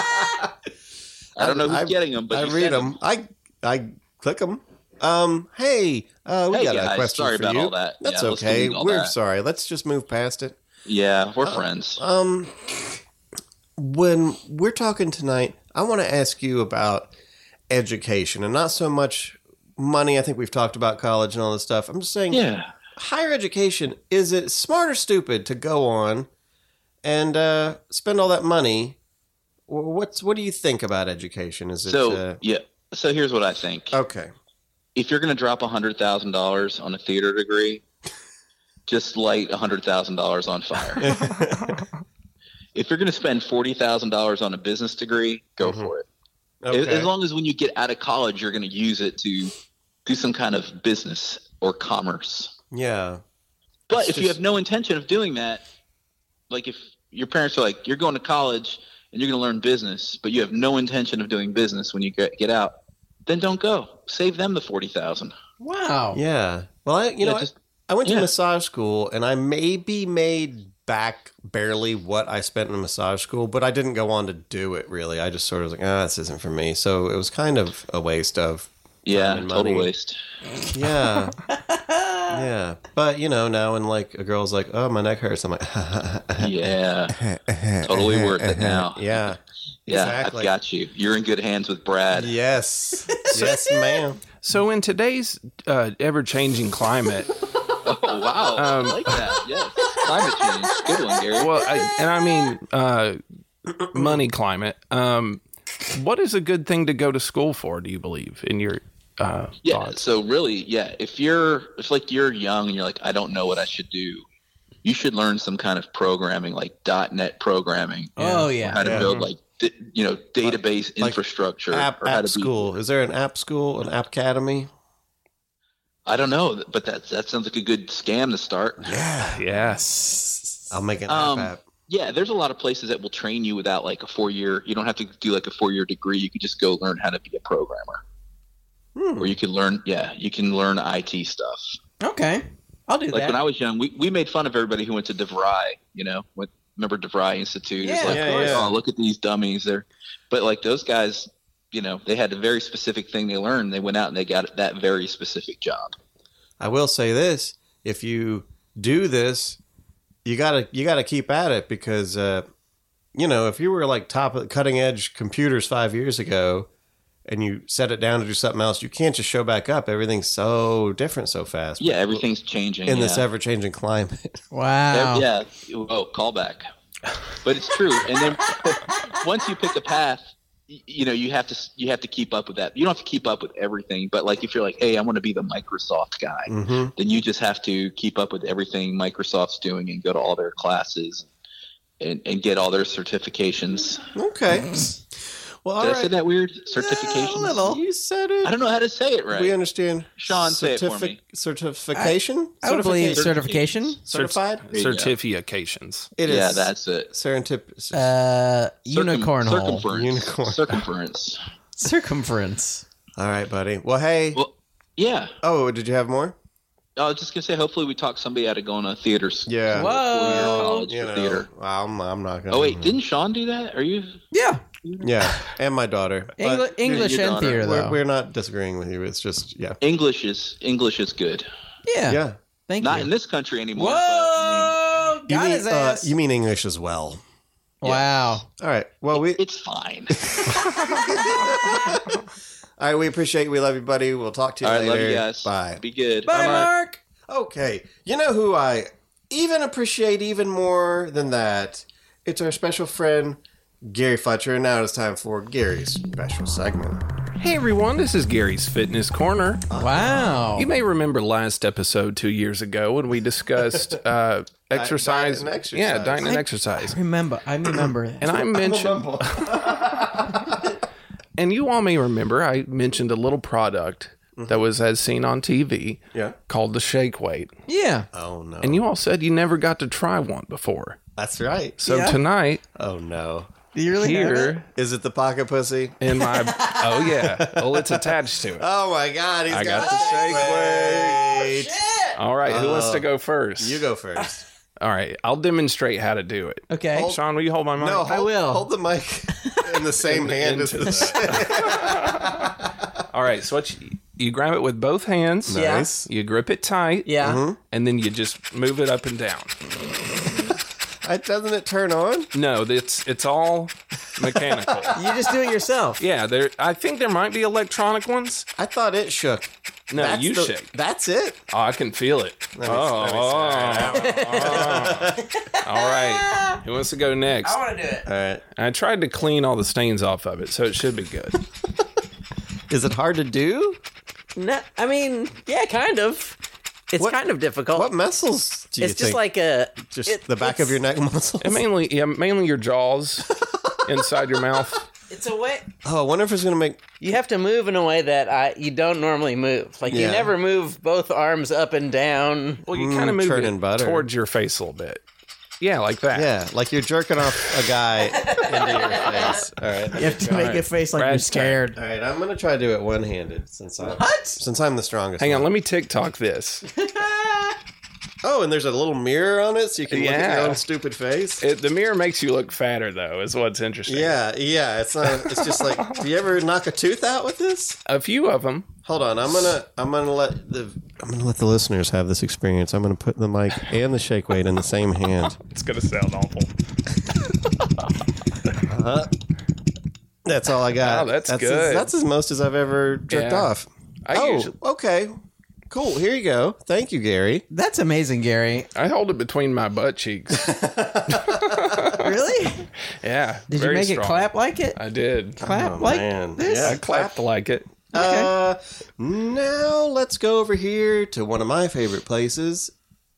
[SPEAKER 8] I don't know who's
[SPEAKER 3] I-
[SPEAKER 8] getting them, but
[SPEAKER 3] I
[SPEAKER 8] you
[SPEAKER 3] read
[SPEAKER 8] said it.
[SPEAKER 3] them. I I click them. Um, hey, uh, we
[SPEAKER 8] Hey,
[SPEAKER 3] got a
[SPEAKER 8] guys,
[SPEAKER 3] question
[SPEAKER 8] sorry
[SPEAKER 3] for
[SPEAKER 8] about
[SPEAKER 3] you.
[SPEAKER 8] all that.
[SPEAKER 3] That's
[SPEAKER 8] Yeah, let's
[SPEAKER 3] okay.
[SPEAKER 8] delete all
[SPEAKER 3] We're
[SPEAKER 8] that.
[SPEAKER 3] sorry. Let's just move past it.
[SPEAKER 8] Yeah, we're friends.
[SPEAKER 3] Um, when we're talking tonight, I want to ask you about education and not so much money. I think we've talked about college and all this stuff. I'm just saying,
[SPEAKER 8] yeah.
[SPEAKER 3] higher education is it smart or stupid to go on and uh, spend all that money? Wh- What's what do you think about education? Is it
[SPEAKER 8] So,
[SPEAKER 3] uh,
[SPEAKER 8] yeah. So here's what I think.
[SPEAKER 3] okay?
[SPEAKER 8] if you're going to drop $100,000 on a theater degree, just light $100,000 on fire. if you're going to spend $40,000 on a business degree, go for it.
[SPEAKER 3] Mm-hmm. okay.
[SPEAKER 8] As long as when you get out of college, you're going to use it to do some kind of business or commerce.
[SPEAKER 3] yeah.
[SPEAKER 8] But
[SPEAKER 3] It's
[SPEAKER 8] if you
[SPEAKER 3] just-
[SPEAKER 8] have no intention of doing that, like if your parents are like, you're going to college and you're going to learn business, but you have no intention of doing business when you get, get out, then don't go. Save them the 40000
[SPEAKER 5] Wow.
[SPEAKER 3] Yeah. Well, I, you
[SPEAKER 8] Oh. Yeah,
[SPEAKER 3] know, I-
[SPEAKER 8] just-
[SPEAKER 3] I, went to
[SPEAKER 8] yeah.
[SPEAKER 3] massage school, and I maybe made back barely what I spent in massage school, but I didn't go on to do it. Really, I just sort of was like, ah, this isn't for me. So it was kind of a waste of.
[SPEAKER 8] Yeah,
[SPEAKER 3] time and
[SPEAKER 8] total
[SPEAKER 3] money.
[SPEAKER 8] waste.
[SPEAKER 3] Yeah. yeah. But you know, now when like a girl's like, oh, my neck hurts, I'm like,
[SPEAKER 8] yeah, totally worth it now.
[SPEAKER 3] yeah.
[SPEAKER 8] Yeah,
[SPEAKER 3] exactly.
[SPEAKER 8] I've got you. You're in good hands with Brad.
[SPEAKER 3] Yes. yes, ma'am.
[SPEAKER 4] so in today's uh, ever-changing climate,
[SPEAKER 8] Oh wow, I like that. Yes, climate change. Good one, Gary.
[SPEAKER 4] well, I, and I mean uh, money climate. Um, what is a good thing to go to school for? Do you believe in your uh,
[SPEAKER 8] yeah.
[SPEAKER 4] thoughts?
[SPEAKER 8] So really, yeah. If you're, if like you're young and you're like, I don't know what I should do. You should learn some kind of programming, like .NET programming,
[SPEAKER 5] Oh, yeah.
[SPEAKER 8] how to build like d- you know database infrastructure,
[SPEAKER 3] App,
[SPEAKER 8] or how
[SPEAKER 3] app
[SPEAKER 8] to Be,
[SPEAKER 3] school. Is there an app school, an app academy?
[SPEAKER 8] I don't know, but that that sounds like a good scam to start.
[SPEAKER 4] Yes.
[SPEAKER 3] I'll make an
[SPEAKER 8] Um,
[SPEAKER 3] app app.
[SPEAKER 8] Yeah, there's a lot of places that will train you without like a four year. You don't have to do like a four year degree. You could just go learn how to be a programmer,
[SPEAKER 3] Hmm.
[SPEAKER 8] or you can learn. Yeah, you can learn IT stuff.
[SPEAKER 5] Okay. I'll do
[SPEAKER 8] Like
[SPEAKER 5] that.
[SPEAKER 8] when I was young, we, we made fun of everybody who went to DeVry. You know, went, remember DeVry Institute?
[SPEAKER 5] Yeah,
[SPEAKER 8] it's like,
[SPEAKER 5] yeah,
[SPEAKER 8] oh,
[SPEAKER 3] yeah.
[SPEAKER 8] oh, look at these dummies. They're, but like those guys, you know, they had a very specific thing they learned. They went out and they got that very specific job.
[SPEAKER 3] I will say this: if you do this, you gotta you gotta keep at it because uh, you know if you were like top of cutting edge computers five years ago, and you set it down to do something else, you can't just show back up. Everything's so different so fast.
[SPEAKER 8] Yeah, everything's changing
[SPEAKER 3] in
[SPEAKER 8] yeah.
[SPEAKER 3] this ever changing climate.
[SPEAKER 5] wow.
[SPEAKER 8] Ev- yeah. Oh, callback. but it's true. And then once you pick a path, y- you know you have to s- you have to keep up with that. You don't have to keep up with everything, but like if you're like, hey, I want to be the Microsoft guy,
[SPEAKER 3] Mm-hmm.
[SPEAKER 8] then you just have to keep up with everything Microsoft's doing and go to all their classes and, and get all their certifications.
[SPEAKER 3] Okay. Well, all
[SPEAKER 8] Mm-hmm. Did
[SPEAKER 3] right.
[SPEAKER 8] I say that weird?
[SPEAKER 3] A
[SPEAKER 8] Certifications.
[SPEAKER 3] little. You said it.
[SPEAKER 8] I don't know how to say it right.
[SPEAKER 3] We understand.
[SPEAKER 8] Sean, say it for me.
[SPEAKER 3] Certification?
[SPEAKER 5] I would believe
[SPEAKER 3] Certification?
[SPEAKER 5] certification.
[SPEAKER 3] Certified?
[SPEAKER 8] There you go.
[SPEAKER 4] Certifications.
[SPEAKER 3] It is.
[SPEAKER 8] yeah, that's it.
[SPEAKER 3] Serentip-
[SPEAKER 5] Uh,
[SPEAKER 8] Circum-
[SPEAKER 5] unicorn hole.
[SPEAKER 8] Circumference.
[SPEAKER 3] Unicorn.
[SPEAKER 8] Circumference.
[SPEAKER 5] Circumference.
[SPEAKER 3] All right, buddy. Well, hey.
[SPEAKER 8] Well, yeah.
[SPEAKER 3] oh, did you have more?
[SPEAKER 8] I was just gonna say, hopefully, we talk somebody out of going to theaters.
[SPEAKER 3] Yeah.
[SPEAKER 5] Whoa. Mm-hmm.
[SPEAKER 8] college
[SPEAKER 3] You
[SPEAKER 8] for
[SPEAKER 3] know,
[SPEAKER 8] theater.
[SPEAKER 3] I'm, I'm not going to.
[SPEAKER 8] Oh wait, didn't Sean do that? Are you?
[SPEAKER 5] Yeah,
[SPEAKER 3] Yeah. And my daughter. But
[SPEAKER 5] Engli- English
[SPEAKER 8] your
[SPEAKER 5] and
[SPEAKER 8] daughter.
[SPEAKER 5] theater though.
[SPEAKER 3] we're, we're not disagreeing with you. It's just, yeah.
[SPEAKER 8] English is English is good.
[SPEAKER 5] yeah,
[SPEAKER 3] Yeah.
[SPEAKER 5] Thank
[SPEAKER 8] Not
[SPEAKER 5] you.
[SPEAKER 8] in this country anymore. but, I
[SPEAKER 5] Whoa!
[SPEAKER 3] You,
[SPEAKER 5] Got
[SPEAKER 3] mean,
[SPEAKER 5] his
[SPEAKER 3] uh,
[SPEAKER 5] ass.
[SPEAKER 3] you mean English as well.
[SPEAKER 5] wow.
[SPEAKER 3] All right. Well,
[SPEAKER 8] mean,
[SPEAKER 3] we.
[SPEAKER 8] it's fine.
[SPEAKER 3] All right, we appreciate you. We love you, buddy. We'll talk to you
[SPEAKER 8] All right,
[SPEAKER 3] later.
[SPEAKER 8] love you guys.
[SPEAKER 3] Bye.
[SPEAKER 8] Be good.
[SPEAKER 5] Bye, Mark.
[SPEAKER 3] Okay. You know who I even appreciate even more than that? It's our special friend, Gary Fletcher. And now it's time for Gary's special segment.
[SPEAKER 4] Hey everyone, this is Gary's Fitness Corner.
[SPEAKER 3] Uh,
[SPEAKER 5] Wow.
[SPEAKER 4] You may remember last episode two years ago when we discussed uh,
[SPEAKER 3] diet
[SPEAKER 4] exercise.
[SPEAKER 3] and exercise.
[SPEAKER 4] Yeah, diet and exercise.
[SPEAKER 5] remember, I remember. that.
[SPEAKER 4] And I mentioned, and you all may remember, I mentioned a little product that was as seen on TV
[SPEAKER 3] Mm-hmm. Yeah.
[SPEAKER 4] called the Shake Weight.
[SPEAKER 5] yeah.
[SPEAKER 3] Oh, no.
[SPEAKER 4] And you all said you never got to try one before.
[SPEAKER 3] That's right.
[SPEAKER 4] So tonight,
[SPEAKER 3] Oh, no.
[SPEAKER 5] Do you really have that?
[SPEAKER 4] here
[SPEAKER 3] Is it the pocket pussy?
[SPEAKER 4] in my, oh yeah, well, it's attached to it.
[SPEAKER 3] Oh, my God. He's
[SPEAKER 4] I
[SPEAKER 3] got,
[SPEAKER 4] got the
[SPEAKER 3] shake weight.
[SPEAKER 4] All right, who wants to go first?
[SPEAKER 3] Uh, You go first.
[SPEAKER 4] All right, I'll demonstrate how to do it.
[SPEAKER 5] Okay.
[SPEAKER 3] Oh.
[SPEAKER 4] Sean, will you hold my mic?
[SPEAKER 3] No, hold,
[SPEAKER 5] I will.
[SPEAKER 3] Hold the mic in the same hand as the
[SPEAKER 4] All right, so what you, you grab it with both hands.
[SPEAKER 5] Yeah.
[SPEAKER 3] Nice.
[SPEAKER 4] You grip it tight.
[SPEAKER 5] Yeah.
[SPEAKER 3] Uh-huh.
[SPEAKER 4] And then you just move it up and down.
[SPEAKER 3] I, doesn't it turn on?
[SPEAKER 4] No, it's it's all mechanical.
[SPEAKER 5] You just do it yourself.
[SPEAKER 4] yeah, there. I think there might be electronic ones.
[SPEAKER 3] I thought it shook.
[SPEAKER 4] No, you
[SPEAKER 3] the-
[SPEAKER 4] shake.
[SPEAKER 3] That's it.
[SPEAKER 4] Oh, I can feel it.
[SPEAKER 3] Let me-
[SPEAKER 4] oh,
[SPEAKER 3] let me-
[SPEAKER 4] oh. all right. Who wants to go next?
[SPEAKER 5] want to do it.
[SPEAKER 3] All right.
[SPEAKER 4] I tried to clean all the stains off of it, so it should be good.
[SPEAKER 3] Is it hard to do?
[SPEAKER 5] No, I mean, yeah, kind of. It's
[SPEAKER 3] What-
[SPEAKER 5] kind of difficult.
[SPEAKER 3] What muscles do you
[SPEAKER 5] it's just
[SPEAKER 3] think?
[SPEAKER 5] like a.
[SPEAKER 3] just
[SPEAKER 5] it-
[SPEAKER 3] the back
[SPEAKER 5] it's-
[SPEAKER 3] of your neck muscles.
[SPEAKER 4] And mainly, yeah, mainly your jaws inside your mouth.
[SPEAKER 5] It's a way.
[SPEAKER 3] oh, I wonder if it's gonna make.
[SPEAKER 5] You have to move in a way that I you don't normally move. Like you
[SPEAKER 3] Yeah.
[SPEAKER 5] never move both arms up and down.
[SPEAKER 4] Well, you
[SPEAKER 3] Mm,
[SPEAKER 4] kind of move
[SPEAKER 3] churning
[SPEAKER 4] it
[SPEAKER 3] butter.
[SPEAKER 4] towards your face a little bit. Yeah, like that.
[SPEAKER 3] Yeah, like you're jerking off a guy into your face. All right.
[SPEAKER 5] You have to make a face like
[SPEAKER 4] Brad's
[SPEAKER 5] scared.
[SPEAKER 3] All right. I'm gonna try to do it one-handed since I'm since I'm the strongest.
[SPEAKER 4] Hang on,
[SPEAKER 3] one.
[SPEAKER 4] let me TikTok this.
[SPEAKER 3] Oh, and there's a little mirror on it, so you can look at
[SPEAKER 4] Yeah.
[SPEAKER 3] your own stupid face.
[SPEAKER 4] It, the mirror makes you look fatter, though, is what's interesting.
[SPEAKER 3] yeah, yeah. It's not. It's just like. do you ever knock a tooth out with this?
[SPEAKER 4] A few of them.
[SPEAKER 3] Hold on. I'm gonna. I'm gonna let the. I'm gonna let the listeners have this experience. I'm gonna put the mic and the shake weight in the same hand.
[SPEAKER 4] It's going to sound awful.
[SPEAKER 3] That's all I got.
[SPEAKER 4] Wow, that's
[SPEAKER 3] as-
[SPEAKER 4] good.
[SPEAKER 3] that's as most as I've ever jerked
[SPEAKER 4] Yeah.
[SPEAKER 3] off.
[SPEAKER 4] I
[SPEAKER 3] oh,
[SPEAKER 4] usually
[SPEAKER 3] okay. Cool. Here you go. Thank you, Gary.
[SPEAKER 5] That's amazing, Gary.
[SPEAKER 4] I hold it between my butt cheeks.
[SPEAKER 5] Really?
[SPEAKER 4] Yeah.
[SPEAKER 5] Did you
[SPEAKER 4] very
[SPEAKER 5] make
[SPEAKER 4] strong.
[SPEAKER 5] it clap like it?
[SPEAKER 4] I did.
[SPEAKER 5] Clap like this?
[SPEAKER 4] I clapped like it.
[SPEAKER 3] Uh, now let's go over here to one of my favorite places.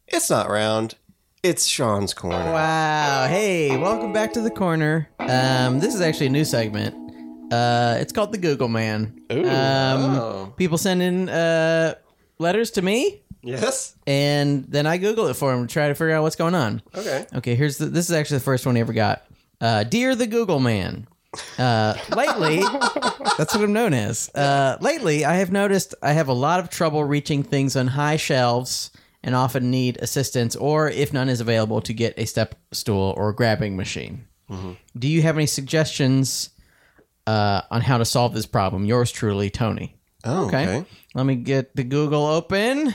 [SPEAKER 3] It's not round. It's Sean's
[SPEAKER 4] Oh,
[SPEAKER 3] corner.
[SPEAKER 5] Wow. Hey, welcome back to the corner. Um, this is actually a new segment. Uh, it's called the Google Man.
[SPEAKER 4] Ooh.
[SPEAKER 5] Um, People send in uh, letters to me,
[SPEAKER 3] Yes.
[SPEAKER 5] and then I Google it for them to try to figure out what's going on.
[SPEAKER 3] Okay.
[SPEAKER 5] Okay, here's the, this is actually the first one I ever got. Uh, Dear the Google Man. Uh, lately, that's what I'm known as. Uh, lately, I have noticed I have a lot of trouble reaching things on high shelves and often need assistance, or if none is available, to get a step stool or grabbing machine. Do you have any suggestions uh, on how to solve this problem? Yours truly, Tony.
[SPEAKER 3] Oh, okay.
[SPEAKER 5] Okay. Let me get the Google open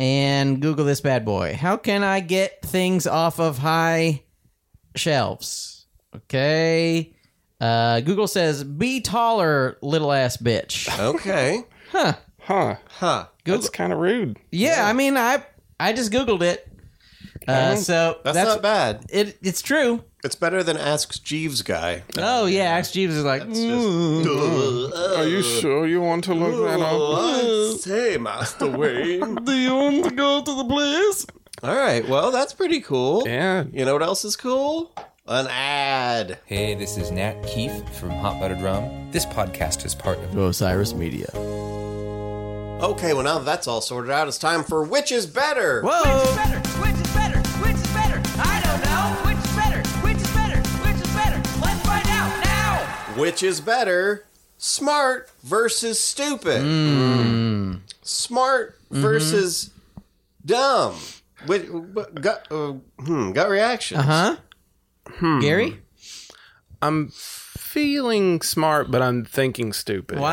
[SPEAKER 5] and Google this bad boy. How can I get things off of high shelves? Okay. Uh, Google says, be taller, little ass bitch.
[SPEAKER 3] Okay.
[SPEAKER 4] Huh.
[SPEAKER 3] huh.
[SPEAKER 4] That's kind of rude.
[SPEAKER 5] Yeah, I mean, I I just Googled it. Uh, so
[SPEAKER 3] That's, not bad.
[SPEAKER 5] It, it's true.
[SPEAKER 3] It's better than Ask Jeeves guy.
[SPEAKER 5] Oh yeah, Axe Jeeves is like, "Mm,
[SPEAKER 3] It's just,
[SPEAKER 4] Are you sure you want to look that up?
[SPEAKER 3] "Oh, I say, Master Wayne.
[SPEAKER 5] do you want to go to the place?
[SPEAKER 3] All right. Well, that's pretty cool.
[SPEAKER 4] Yeah.
[SPEAKER 3] You know what else is cool? An ad.
[SPEAKER 9] Hey, this is Nat Keefe from Hot Buttered Rum. This podcast is part of
[SPEAKER 5] Osiris Media.
[SPEAKER 3] Okay. Well, now that's all sorted out. It's time for which is better.
[SPEAKER 5] Whoa.
[SPEAKER 10] better? Which is better? Which is better? I don't know. Which is better? Which is better? Which is better? Let's find out now.
[SPEAKER 3] Which is better? Smart versus stupid.
[SPEAKER 4] Hmm.
[SPEAKER 3] Smart
[SPEAKER 4] Mm-hmm.
[SPEAKER 3] versus dumb. Which, what- gut, uh, hmm, gut reactions.
[SPEAKER 4] Uh-huh.
[SPEAKER 5] Huh? Uh-huh.
[SPEAKER 3] Hmm.
[SPEAKER 5] Gary?
[SPEAKER 4] I'm feeling smart, but I'm thinking stupid.
[SPEAKER 5] Wow.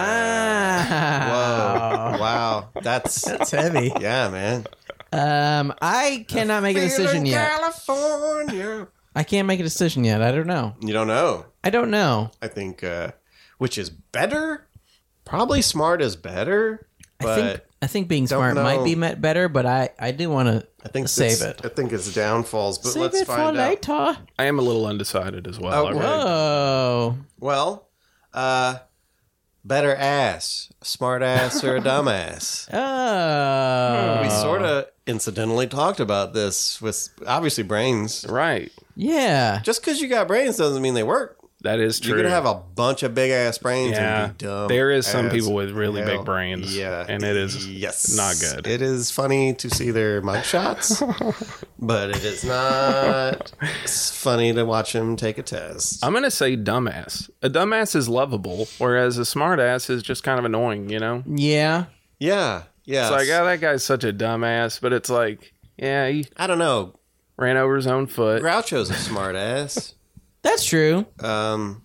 [SPEAKER 3] Whoa. wow. That's,
[SPEAKER 5] It's heavy.
[SPEAKER 3] yeah, man.
[SPEAKER 5] Um, I cannot make a decision yet.
[SPEAKER 3] California.
[SPEAKER 5] I can't make a decision yet. I don't know.
[SPEAKER 3] You don't know.
[SPEAKER 5] I don't know.
[SPEAKER 3] I think, uh, which is better? Probably smart is better,
[SPEAKER 5] I
[SPEAKER 3] but
[SPEAKER 5] think I think being smart
[SPEAKER 3] know.
[SPEAKER 5] might be met better, but I I do want to.
[SPEAKER 3] I think
[SPEAKER 5] save
[SPEAKER 3] it's-
[SPEAKER 5] it.
[SPEAKER 3] I think it's downfalls, but
[SPEAKER 5] Save
[SPEAKER 3] let's
[SPEAKER 5] it for
[SPEAKER 3] find out.
[SPEAKER 5] later.
[SPEAKER 4] I am a little undecided as well.
[SPEAKER 3] Oh,
[SPEAKER 4] already.
[SPEAKER 5] Whoa.
[SPEAKER 3] Well, uh, better ass, smart ass, or a dumbass.
[SPEAKER 5] Oh.
[SPEAKER 3] We sort of incidentally talked about this with obviously brains.
[SPEAKER 4] Right.
[SPEAKER 5] Yeah.
[SPEAKER 3] Just because you got brains doesn't mean they work.
[SPEAKER 4] That is true.
[SPEAKER 3] You're gonna have a bunch of big ass brains
[SPEAKER 4] yeah.
[SPEAKER 3] and be dumb.
[SPEAKER 4] There is some
[SPEAKER 3] as
[SPEAKER 4] people with really
[SPEAKER 3] hell.
[SPEAKER 4] big brains.
[SPEAKER 3] Yeah,
[SPEAKER 4] And it is
[SPEAKER 3] yes
[SPEAKER 4] not good.
[SPEAKER 3] It is funny to see their mugshots, but it is not funny to watch them take a test.
[SPEAKER 4] I'm gonna say dumbass. A dumbass is lovable, whereas a smartass is just kind of annoying. You know,
[SPEAKER 5] Yeah.
[SPEAKER 3] yeah, yeah.
[SPEAKER 4] it's like, oh, that guy's such a dumbass, but it's like, yeah, he
[SPEAKER 3] I don't know.
[SPEAKER 4] ran over his own foot.
[SPEAKER 3] Groucho's a smart ass.
[SPEAKER 5] That's true.
[SPEAKER 3] Um,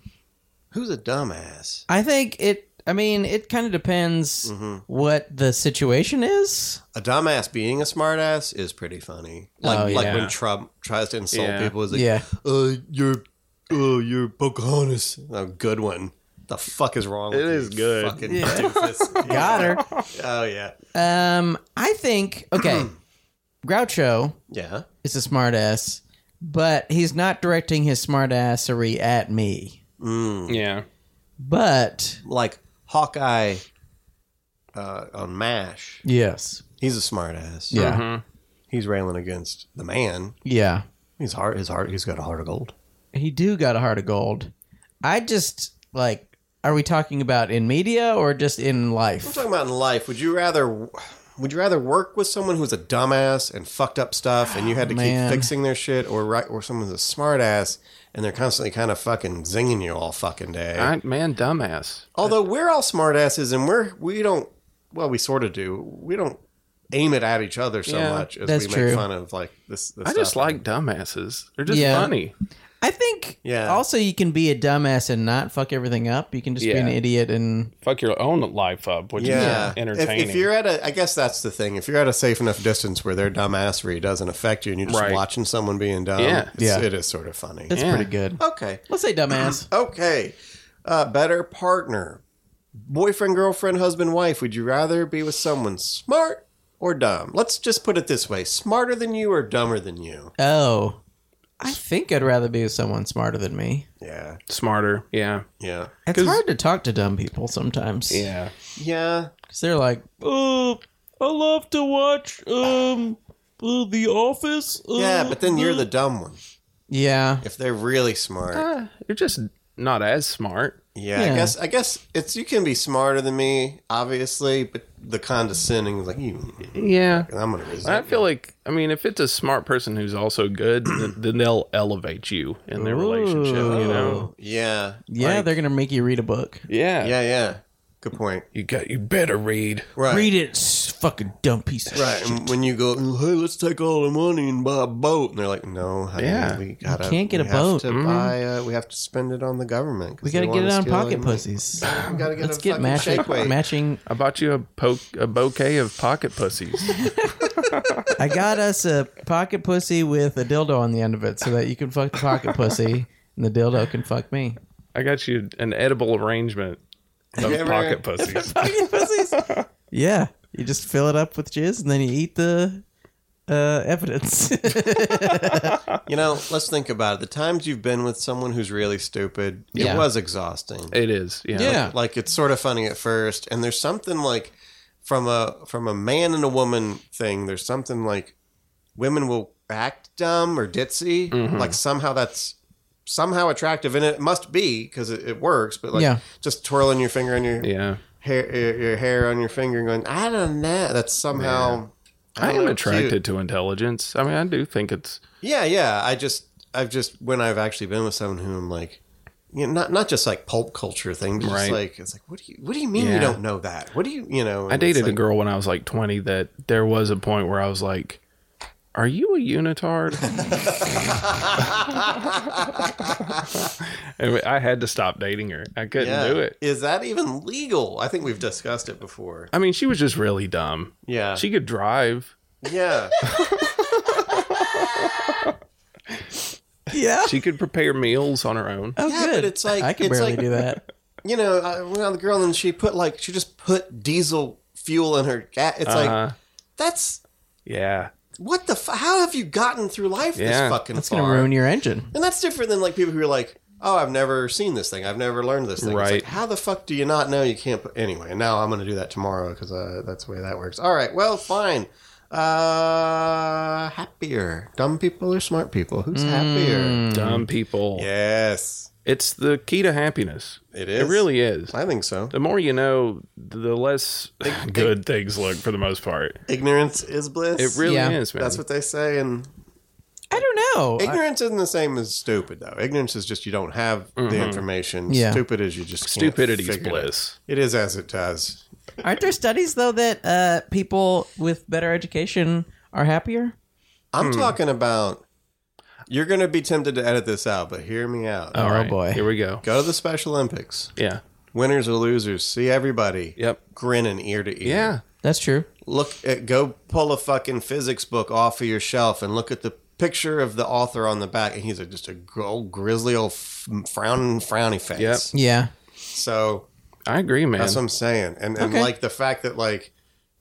[SPEAKER 3] who's a dumbass?
[SPEAKER 5] I think it. I mean, it kind of depends
[SPEAKER 3] Mm-hmm.
[SPEAKER 5] what the situation is.
[SPEAKER 3] A dumbass being a smart ass is pretty funny. Like
[SPEAKER 5] Oh,
[SPEAKER 3] like
[SPEAKER 5] yeah.
[SPEAKER 3] when Trump tries to insult
[SPEAKER 4] Yeah.
[SPEAKER 3] people, he's like,
[SPEAKER 5] Yeah.
[SPEAKER 3] uh, you're, uh, you're Pocahontas. A good one. The fuck is wrong? with
[SPEAKER 4] It
[SPEAKER 3] you,
[SPEAKER 4] is good.
[SPEAKER 3] Fucking doofus.
[SPEAKER 5] Got her.
[SPEAKER 3] Oh yeah,
[SPEAKER 5] Um, I think okay, Groucho
[SPEAKER 3] yeah.
[SPEAKER 5] is a smartass, but he's not directing his smartassery at me.
[SPEAKER 4] Yeah,
[SPEAKER 5] But
[SPEAKER 3] Like Hawkeye uh, on Mash.
[SPEAKER 5] yes,
[SPEAKER 3] He's a smart ass.
[SPEAKER 5] yeah,
[SPEAKER 4] Mm-hmm.
[SPEAKER 3] He's railing against the man.
[SPEAKER 5] yeah,
[SPEAKER 3] He's heart. His heart. He's got a heart of gold.
[SPEAKER 5] he do got a heart of gold. I just like. Are we talking about in media or just in life?
[SPEAKER 3] talking about in life, would you rather would you rather work with someone who's a dumbass and fucked up stuff and you had to
[SPEAKER 5] Man.
[SPEAKER 3] keep fixing their shit or right or someone's a smart ass and they're constantly kind of fucking zinging you all fucking day.
[SPEAKER 4] I, man, dumbass.
[SPEAKER 3] Although we're all smart asses and we're we don't well we sort of do. We don't aim it at each other so
[SPEAKER 4] Yeah,
[SPEAKER 3] much as
[SPEAKER 5] that's
[SPEAKER 3] we make
[SPEAKER 5] true.
[SPEAKER 3] fun of like this, this
[SPEAKER 4] I just
[SPEAKER 3] stuff.
[SPEAKER 4] like dumbasses. They're just
[SPEAKER 5] Yeah.
[SPEAKER 4] funny.
[SPEAKER 5] I think.
[SPEAKER 3] Yeah.
[SPEAKER 5] Also, you can be a dumbass and not fuck everything up. You can just be
[SPEAKER 4] Yeah.
[SPEAKER 5] an idiot and
[SPEAKER 4] Fuck your own life up, which
[SPEAKER 3] yeah,
[SPEAKER 4] is
[SPEAKER 3] If-
[SPEAKER 4] entertaining.
[SPEAKER 3] If, you're at a, I guess that's the thing. If you're at a safe enough distance where their dumbassery doesn't affect you, and you're just
[SPEAKER 4] Right.
[SPEAKER 3] watching someone being dumb,
[SPEAKER 4] Yeah.
[SPEAKER 3] it's,
[SPEAKER 5] Yeah.
[SPEAKER 3] it is sort of funny.
[SPEAKER 5] it's
[SPEAKER 4] Yeah.
[SPEAKER 5] pretty good.
[SPEAKER 3] okay,
[SPEAKER 5] Let's say dumbass.
[SPEAKER 3] Okay. Uh, better partner. Boyfriend, girlfriend, husband, wife. Would you rather be with someone smart or dumb? Let's just put it this way smarter than you or dumber than you?
[SPEAKER 5] oh, I think I'd rather be with someone smarter than me.
[SPEAKER 3] Yeah.
[SPEAKER 4] Smarter. Yeah.
[SPEAKER 3] Yeah.
[SPEAKER 5] It's hard to talk to dumb people sometimes.
[SPEAKER 4] Yeah.
[SPEAKER 3] Yeah.
[SPEAKER 5] Because they're like, uh, I love to watch um, uh, The Office. Uh.
[SPEAKER 3] Yeah, but then you're the dumb one.
[SPEAKER 5] Yeah.
[SPEAKER 3] If they're really smart.
[SPEAKER 4] Uh, you're just not as smart.
[SPEAKER 3] yeah,
[SPEAKER 5] yeah.
[SPEAKER 3] I guess I guess it's you can be smarter than me, obviously, but the condescending is like you
[SPEAKER 4] Yeah.
[SPEAKER 3] I'm gonna
[SPEAKER 4] I
[SPEAKER 3] resent.
[SPEAKER 4] feel like I mean, if it's a smart person who's also good, then, then they'll elevate you in their relationship. You know.
[SPEAKER 3] Yeah.
[SPEAKER 5] Yeah,
[SPEAKER 3] Like,
[SPEAKER 5] they're going to make you read a book.
[SPEAKER 4] Yeah.
[SPEAKER 3] Yeah, yeah. Good point.
[SPEAKER 4] You got. You better read.
[SPEAKER 3] Right.
[SPEAKER 5] Read it, s- fucking dumb piece of
[SPEAKER 3] Right, and when you go, hey, let's take all the money and buy a boat, and they're like, no, honey,
[SPEAKER 4] Yeah.
[SPEAKER 3] we gotta,
[SPEAKER 5] can't get
[SPEAKER 3] we
[SPEAKER 5] a
[SPEAKER 3] have
[SPEAKER 5] boat. Mm-hmm.
[SPEAKER 3] To buy, uh, we have to spend it on the government. 'cause
[SPEAKER 5] We
[SPEAKER 3] they
[SPEAKER 5] got to get
[SPEAKER 3] wanna
[SPEAKER 5] it on
[SPEAKER 3] steal all
[SPEAKER 5] pocket
[SPEAKER 3] your money.
[SPEAKER 5] pussies.
[SPEAKER 3] We gotta get
[SPEAKER 5] Let's
[SPEAKER 3] a
[SPEAKER 5] get
[SPEAKER 3] fucking
[SPEAKER 5] matching.
[SPEAKER 3] shake weight.
[SPEAKER 5] matching.
[SPEAKER 4] I bought you a po- a bouquet of pocket pussies.
[SPEAKER 5] I got us a pocket pussy with a dildo on the end of it so that you can fuck the pocket pussy and the dildo can fuck me.
[SPEAKER 4] I got you an edible arrangement of
[SPEAKER 3] ever-
[SPEAKER 4] pocket pussies.
[SPEAKER 5] yeah. You just fill it up with jizz and then you eat the uh, evidence.
[SPEAKER 3] You know, let's think about it. The times you've been with someone who's really stupid,
[SPEAKER 5] Yeah.
[SPEAKER 3] it was exhausting.
[SPEAKER 4] It is. Yeah.
[SPEAKER 5] Yeah.
[SPEAKER 3] Like it's sort of funny at first, and there's something like from a from a man and a woman thing. There's something like women will act dumb or ditzy.
[SPEAKER 4] Mm-hmm.
[SPEAKER 3] Like somehow that's somehow attractive, and it must be because it, it works. But like
[SPEAKER 5] Yeah.
[SPEAKER 3] just twirling your finger on your
[SPEAKER 4] Yeah.
[SPEAKER 3] hair, your, your hair on your finger, and going, I don't know. That's somehow.
[SPEAKER 4] I
[SPEAKER 3] don't
[SPEAKER 4] am
[SPEAKER 3] know,
[SPEAKER 4] attracted
[SPEAKER 3] Oh, cute.
[SPEAKER 4] to intelligence. I mean, I do think it's
[SPEAKER 3] Yeah, yeah. I just, I've just, when I've actually been with someone who I'm like, you know, not not just like pulp culture thing, but
[SPEAKER 4] Right.
[SPEAKER 3] just like it's like, what do you, what do you mean
[SPEAKER 4] Yeah.
[SPEAKER 3] you don't know that? What do you, you know?
[SPEAKER 4] I
[SPEAKER 3] and it's
[SPEAKER 4] dated a
[SPEAKER 3] like-
[SPEAKER 4] girl when I was like 20 that there was a point where I was like, Are you a unitard? and I had to stop dating her. I couldn't
[SPEAKER 3] Yeah.
[SPEAKER 4] do it.
[SPEAKER 3] Is that even legal? I think we've discussed it before.
[SPEAKER 4] I mean, she was just really dumb.
[SPEAKER 3] Yeah,
[SPEAKER 4] She could drive.
[SPEAKER 3] yeah,
[SPEAKER 5] yeah.
[SPEAKER 4] She could prepare meals on her own.
[SPEAKER 5] Oh,
[SPEAKER 3] Yeah, but
[SPEAKER 5] good.
[SPEAKER 3] it's like-
[SPEAKER 5] I can
[SPEAKER 3] it's
[SPEAKER 5] barely
[SPEAKER 3] like-
[SPEAKER 5] do that.
[SPEAKER 3] you know. I went out with a girl and she put like she just put diesel fuel in her gas. It's
[SPEAKER 4] Uh-huh.
[SPEAKER 3] like that's
[SPEAKER 4] Yeah.
[SPEAKER 3] what the f- how have you gotten through life
[SPEAKER 4] Yeah.
[SPEAKER 3] this fucking
[SPEAKER 5] That's
[SPEAKER 3] far?
[SPEAKER 5] gonna ruin your engine.
[SPEAKER 3] And that's different than like people who are like, oh, I've never seen this thing. I've never learned this thing. It's
[SPEAKER 4] Right.
[SPEAKER 3] like, how the fuck do you not know you can't put. Anyway, now I'm going to do that tomorrow because uh, that's the way that works. All right. Well, fine. Uh, happier. Dumb people or smart people? Who's happier?
[SPEAKER 4] Mm.
[SPEAKER 5] Mm-hmm.
[SPEAKER 4] Dumb people.
[SPEAKER 3] Yes.
[SPEAKER 4] It's the key to happiness.
[SPEAKER 3] It
[SPEAKER 4] It
[SPEAKER 3] is.
[SPEAKER 4] really is.
[SPEAKER 3] I think so.
[SPEAKER 4] The more you know, the less good things look for the most part.
[SPEAKER 3] Ignorance is bliss.
[SPEAKER 4] It really
[SPEAKER 5] Yeah.
[SPEAKER 4] is, man.
[SPEAKER 3] That's what they say. And
[SPEAKER 5] I don't know. I-
[SPEAKER 3] ignorance isn't the same as stupid, though. Ignorance is just you don't have the information.
[SPEAKER 5] Yeah.
[SPEAKER 3] Stupid is you just can't
[SPEAKER 4] Stupidity is
[SPEAKER 3] figure it out.
[SPEAKER 4] Mm-hmm. bliss.
[SPEAKER 3] It is as it does.
[SPEAKER 5] Aren't there studies though that uh, people with better education are happier?
[SPEAKER 3] I'm
[SPEAKER 4] Hmm.
[SPEAKER 3] talking about. You're going to be tempted to edit this out, but hear me out.
[SPEAKER 4] All right,
[SPEAKER 5] Oh, boy.
[SPEAKER 4] Here we go.
[SPEAKER 3] Go to the Special Olympics.
[SPEAKER 4] Yeah.
[SPEAKER 3] Winners or losers, see everybody.
[SPEAKER 4] Yep.
[SPEAKER 3] Grinning ear to ear.
[SPEAKER 4] Yeah.
[SPEAKER 5] That's true.
[SPEAKER 3] Look at go pull a fucking physics book off of your shelf and look at the picture of the author on the back, and he's a, just a gr- old grizzly old f- frowning frowny face.
[SPEAKER 4] Yep.
[SPEAKER 5] Yeah.
[SPEAKER 3] So
[SPEAKER 4] I agree, man.
[SPEAKER 3] that's what I'm saying, and and
[SPEAKER 5] Okay.
[SPEAKER 3] like the fact that like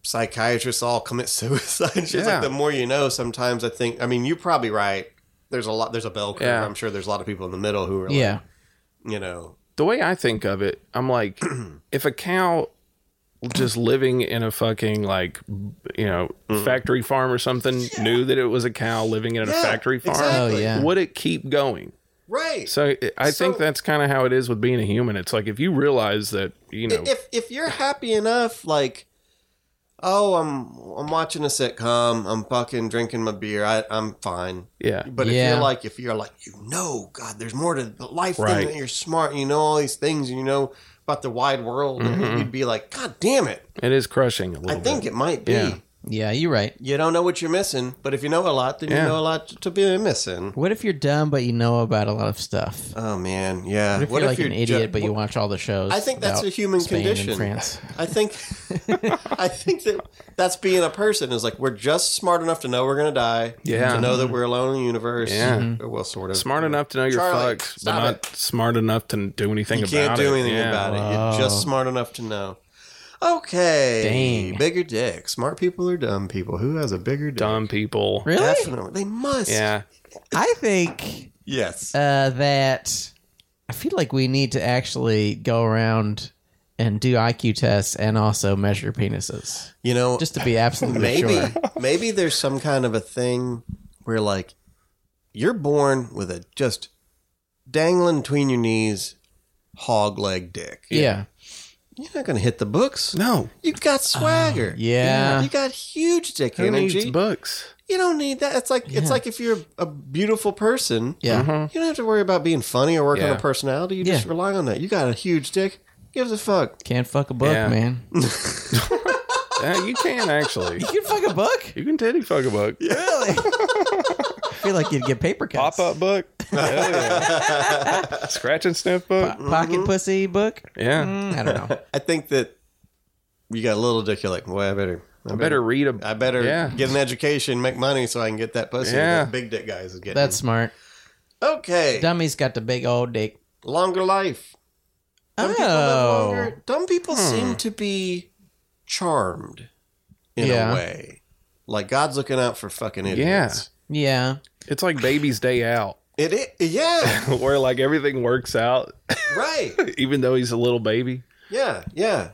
[SPEAKER 3] psychiatrists all commit suicide. It's
[SPEAKER 4] Yeah.
[SPEAKER 3] like the more you know, sometimes I think. I mean, you're probably right. There's a lot. There's a bell curve.
[SPEAKER 4] Yeah.
[SPEAKER 3] I'm sure there's a lot of people in the middle who are like,
[SPEAKER 5] Yeah.
[SPEAKER 3] you know,
[SPEAKER 4] the way I think of it, I'm like, if a cow just living in a fucking like you know factory farm or something knew that it was a cow living in a
[SPEAKER 3] Yeah,
[SPEAKER 4] factory farm
[SPEAKER 5] Oh
[SPEAKER 3] exactly.
[SPEAKER 5] yeah.
[SPEAKER 4] would it keep going
[SPEAKER 3] right.
[SPEAKER 4] so I- i think
[SPEAKER 3] So-
[SPEAKER 4] that's kind of how it is with being a human it's like if you realize that you know
[SPEAKER 3] if if you're happy enough, like, oh, I'm I'm watching a sitcom. I'm fucking drinking my beer. I, I'm fine.
[SPEAKER 4] yeah
[SPEAKER 3] But if
[SPEAKER 5] Yeah.
[SPEAKER 3] you're like, if you're like, you know, God, there's more to life
[SPEAKER 4] Right.
[SPEAKER 3] than that. You're smart. and You know all these things. And you know about the wide world. And you'd be like, God damn it.
[SPEAKER 4] it is
[SPEAKER 3] I
[SPEAKER 4] crushing a Mm-hmm. little
[SPEAKER 3] think
[SPEAKER 4] bit
[SPEAKER 3] it might be.
[SPEAKER 4] Yeah.
[SPEAKER 5] Yeah, you're right.
[SPEAKER 3] You don't know what you're missing, but if you know a lot, then
[SPEAKER 4] Yeah.
[SPEAKER 3] you know a lot to be missing.
[SPEAKER 5] What if you're dumb but you know about a lot of stuff?
[SPEAKER 3] Oh man, yeah.
[SPEAKER 5] What if you're like an
[SPEAKER 3] ju-
[SPEAKER 5] idiot but you watch all the shows?
[SPEAKER 3] I think that's
[SPEAKER 5] about
[SPEAKER 3] a human
[SPEAKER 5] Spain and
[SPEAKER 3] condition.
[SPEAKER 5] France.
[SPEAKER 3] I think I think that that's being a person is like we're just smart enough to know we're gonna die.
[SPEAKER 4] Yeah. Mm-hmm.
[SPEAKER 3] To know that we're alone in the universe.
[SPEAKER 4] Yeah.
[SPEAKER 3] Well, sort of.
[SPEAKER 4] smart enough to know you're
[SPEAKER 3] Charlie,
[SPEAKER 4] fucked but
[SPEAKER 3] stop
[SPEAKER 4] not smart enough to do anything
[SPEAKER 3] You
[SPEAKER 4] about
[SPEAKER 3] can't
[SPEAKER 4] it
[SPEAKER 3] do anything
[SPEAKER 4] Yeah.
[SPEAKER 3] about it. You're just smart enough to know. Okay.
[SPEAKER 5] Dang.
[SPEAKER 3] Bigger dick. Smart people or dumb people? Who has a bigger dick?
[SPEAKER 4] dumb people
[SPEAKER 5] Really?
[SPEAKER 3] Definitely. They must.
[SPEAKER 4] yeah
[SPEAKER 5] I think
[SPEAKER 3] Yes.
[SPEAKER 5] uh, that I feel like we need to actually go around and do IQ tests and also measure penises
[SPEAKER 3] You know,
[SPEAKER 5] just to be absolutely
[SPEAKER 3] maybe
[SPEAKER 5] sure.
[SPEAKER 3] maybe there's some kind of a thing where like you're born with a just dangling between your knees hog leg dick.
[SPEAKER 5] Yeah. Uh,
[SPEAKER 3] You're not gonna hit the books.
[SPEAKER 4] no
[SPEAKER 3] You got swagger.
[SPEAKER 5] yeah.
[SPEAKER 3] You got huge dick
[SPEAKER 4] who needs
[SPEAKER 3] energy.
[SPEAKER 4] books
[SPEAKER 3] you don't need that. It's like it's like if you're a beautiful person,
[SPEAKER 5] Yeah.
[SPEAKER 3] you don't have to worry about being funny or working on
[SPEAKER 4] Mm-hmm. Yeah.
[SPEAKER 3] a personality. You just
[SPEAKER 5] Yeah.
[SPEAKER 3] rely on that. You got a huge dick. Gives a fuck.
[SPEAKER 5] Can't fuck a book,
[SPEAKER 4] Yeah.
[SPEAKER 5] man.
[SPEAKER 4] Yeah, you can actually
[SPEAKER 5] You can fuck a book?
[SPEAKER 4] you can titty fuck a book
[SPEAKER 5] Really? I feel like you'd get paper cuts.
[SPEAKER 4] pop up book. Hell yeah. Scratch and sniff book.
[SPEAKER 5] Pocket pussy book?
[SPEAKER 3] Mm.
[SPEAKER 5] Mm,
[SPEAKER 4] Yeah.
[SPEAKER 5] I don't know.
[SPEAKER 3] I think that you got a little dick. You're like, boy, I better,
[SPEAKER 4] I better read a.
[SPEAKER 3] I better
[SPEAKER 4] Yeah.
[SPEAKER 3] get an education, make money, so I can get that pussy.
[SPEAKER 4] Yeah.
[SPEAKER 3] That big dick guys is getting.
[SPEAKER 5] That's smart.
[SPEAKER 3] okay.
[SPEAKER 5] Dummy's got the big old dick.
[SPEAKER 3] Longer life. Dumb people live
[SPEAKER 5] Oh.
[SPEAKER 4] Hmm.
[SPEAKER 3] longer. Dumb people seem to be charmed in
[SPEAKER 5] Yeah.
[SPEAKER 3] a way. Like God's looking out for fucking idiots.
[SPEAKER 5] Yeah.
[SPEAKER 4] It's like baby's day out,
[SPEAKER 3] Yeah. It, i- yeah,
[SPEAKER 4] where like everything works out,
[SPEAKER 3] right.
[SPEAKER 4] even though he's a little baby.
[SPEAKER 3] Yeah, yeah.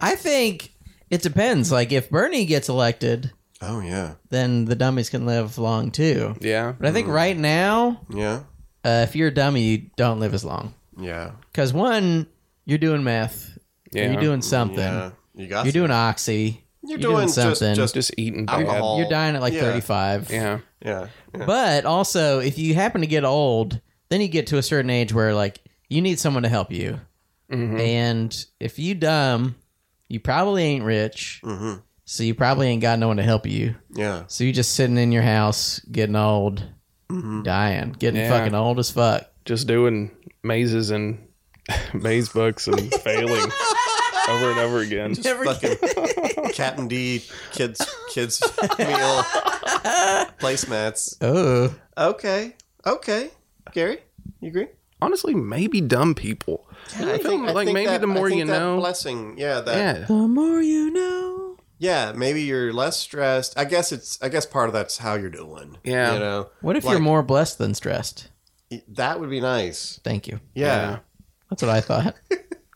[SPEAKER 5] I think it depends. Like if Bernie gets elected,
[SPEAKER 3] Oh yeah.
[SPEAKER 5] then the dummies can live long too.
[SPEAKER 4] Yeah.
[SPEAKER 5] But I think right now,
[SPEAKER 3] Yeah.
[SPEAKER 5] uh, if you're a dummy, you don't live as long.
[SPEAKER 3] Yeah.
[SPEAKER 5] Because one, you're doing meth.
[SPEAKER 4] Yeah.
[SPEAKER 5] You're doing something.
[SPEAKER 3] Yeah. You got
[SPEAKER 5] You're doing oxy.
[SPEAKER 3] You're doing just-
[SPEAKER 5] something.
[SPEAKER 3] just-
[SPEAKER 4] Just eating bad.
[SPEAKER 3] alcohol.
[SPEAKER 5] you're dying at like
[SPEAKER 3] Yeah.
[SPEAKER 5] 35.
[SPEAKER 4] Yeah.
[SPEAKER 3] Yeah. yeah.
[SPEAKER 5] But also, if you happen to get old, then you get to a certain age where like you need someone to help you.
[SPEAKER 3] Mm-hmm.
[SPEAKER 5] And if you dumb, you probably ain't rich. So you probably ain't got no one to help you.
[SPEAKER 3] Mm-hmm. Yeah.
[SPEAKER 5] So you just sitting in your house, getting old,
[SPEAKER 3] Mm-hmm.
[SPEAKER 5] dying, getting
[SPEAKER 4] Yeah.
[SPEAKER 5] fucking old as fuck.
[SPEAKER 4] Just doing mazes and maze books and failing over and over again.
[SPEAKER 3] Fucking Captain D kids kids meal placemats.
[SPEAKER 5] Oh,
[SPEAKER 3] Okay. Okay. Gary, you agree?
[SPEAKER 4] Honestly, maybe dumb people. I, feel like maybe
[SPEAKER 3] that-
[SPEAKER 4] the
[SPEAKER 3] I
[SPEAKER 4] more
[SPEAKER 3] think
[SPEAKER 4] you
[SPEAKER 3] that
[SPEAKER 4] know.
[SPEAKER 3] blessing. Yeah, that
[SPEAKER 4] Yeah.
[SPEAKER 5] the more you know.
[SPEAKER 3] yeah, maybe you're less stressed. I guess it's I guess part of that's how you're doing.
[SPEAKER 4] Yeah.
[SPEAKER 3] You know.
[SPEAKER 5] What if
[SPEAKER 3] Like-
[SPEAKER 5] you're more blessed than stressed?
[SPEAKER 3] That would be nice.
[SPEAKER 5] Thank you.
[SPEAKER 3] Yeah.
[SPEAKER 5] That's what I thought.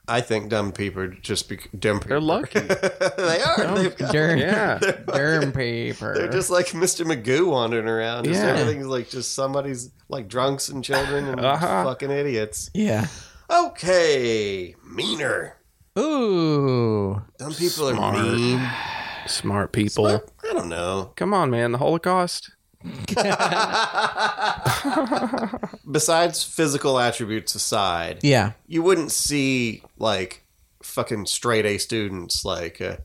[SPEAKER 3] I think dumb people just be dumb people.
[SPEAKER 4] They're lucky.
[SPEAKER 3] they are. They've got,
[SPEAKER 5] Derm,
[SPEAKER 4] Yeah.
[SPEAKER 5] derm paper.
[SPEAKER 3] they're just like Mr. Magoo wandering around. Just
[SPEAKER 4] Yeah.
[SPEAKER 3] everything's like just somebody's like drunks and children and
[SPEAKER 4] Uh-huh.
[SPEAKER 3] fucking idiots.
[SPEAKER 5] yeah.
[SPEAKER 3] Okay, meaner.
[SPEAKER 5] Ooh.
[SPEAKER 3] Dumb people are
[SPEAKER 4] Smart.
[SPEAKER 3] mean.
[SPEAKER 4] Smart people.
[SPEAKER 3] I don't know.
[SPEAKER 4] Come on, man. The Holocaust.
[SPEAKER 3] Besides physical attributes aside,
[SPEAKER 5] Yeah.
[SPEAKER 3] you wouldn't see like fucking straight A students like uh,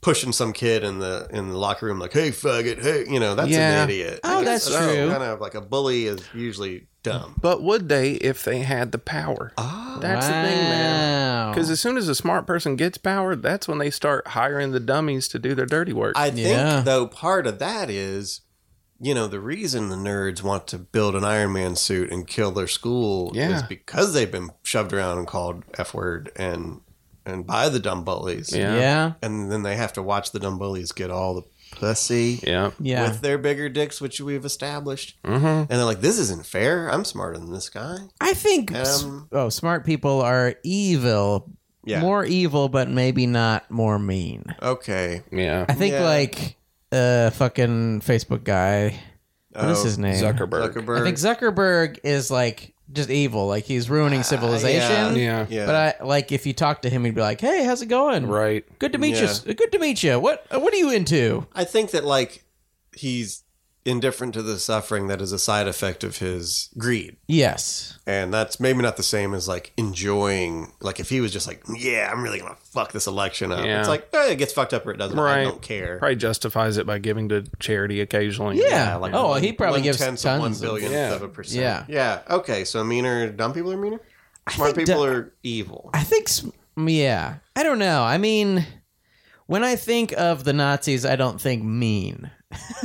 [SPEAKER 3] pushing some kid in the in the locker room like, "Hey, faggot, hey," you know, that's
[SPEAKER 4] Yeah.
[SPEAKER 3] an idiot.
[SPEAKER 5] Oh,
[SPEAKER 3] I guess
[SPEAKER 5] that's true.
[SPEAKER 3] Kind of like a bully is usually dumb.
[SPEAKER 4] But would they if they had the power?
[SPEAKER 3] Ah,
[SPEAKER 4] that's the thing, man.
[SPEAKER 5] Wow.
[SPEAKER 4] Because as soon as a smart person gets power, that's when they start hiring the dummies to do their dirty work.
[SPEAKER 3] I think
[SPEAKER 5] Yeah.
[SPEAKER 3] though part of that is, you know, the reason the nerds want to build an Iron Man suit and kill their school
[SPEAKER 4] Yeah.
[SPEAKER 3] is because they've been shoved around and called F word and and by the dumb bullies.
[SPEAKER 4] Yeah.
[SPEAKER 5] yeah.
[SPEAKER 3] And then they have to watch the dumb bullies get all the pussy.
[SPEAKER 4] yeah.
[SPEAKER 5] Yeah.
[SPEAKER 3] With their bigger dicks, which we've established, mm-hmm. and they're like, "This isn't fair. I'm smarter than this guy."
[SPEAKER 5] I think s-
[SPEAKER 3] Um,
[SPEAKER 5] oh, smart people are evil.
[SPEAKER 3] Yeah.
[SPEAKER 5] More evil, but maybe not more mean.
[SPEAKER 3] Okay.
[SPEAKER 4] Yeah.
[SPEAKER 5] I think
[SPEAKER 3] Yeah.
[SPEAKER 5] like uh fucking Facebook guy. What is
[SPEAKER 3] Oh,
[SPEAKER 5] his name?
[SPEAKER 4] Zuckerberg.
[SPEAKER 3] Zuckerberg.
[SPEAKER 5] I think Zuckerberg is like just evil. Like he's ruining civilization.
[SPEAKER 4] Ah, Yeah.
[SPEAKER 3] yeah.
[SPEAKER 5] But I like if you talk to him, he'd be like, "Hey, how's it going?
[SPEAKER 4] Right.
[SPEAKER 5] Good to meet
[SPEAKER 3] Yeah.
[SPEAKER 5] you. Good to meet you. What uh, What are you into?
[SPEAKER 3] I think that like he's indifferent to the suffering that is a side effect of his greed.
[SPEAKER 5] Yes.
[SPEAKER 3] And that's maybe not the same as like enjoying like if he was just like, Yeah, I'm really gonna fuck this election up.
[SPEAKER 4] Yeah.
[SPEAKER 3] It's like eh, it gets fucked up or it doesn't I
[SPEAKER 4] Right.
[SPEAKER 3] don't care.
[SPEAKER 4] Probably justifies it by giving to charity occasionally.
[SPEAKER 5] Yeah. oh, he probably gives
[SPEAKER 3] tenth
[SPEAKER 5] tons.
[SPEAKER 3] of one
[SPEAKER 5] of-
[SPEAKER 3] billionth
[SPEAKER 4] Yeah.
[SPEAKER 3] of a percent.
[SPEAKER 5] Yeah.
[SPEAKER 3] Yeah. Okay. So meaner dumb people are meaner? Smart
[SPEAKER 5] think
[SPEAKER 3] people
[SPEAKER 5] du-
[SPEAKER 3] are evil.
[SPEAKER 5] I think. s- Yeah. I don't know. I mean, when I think of the Nazis, I don't think mean.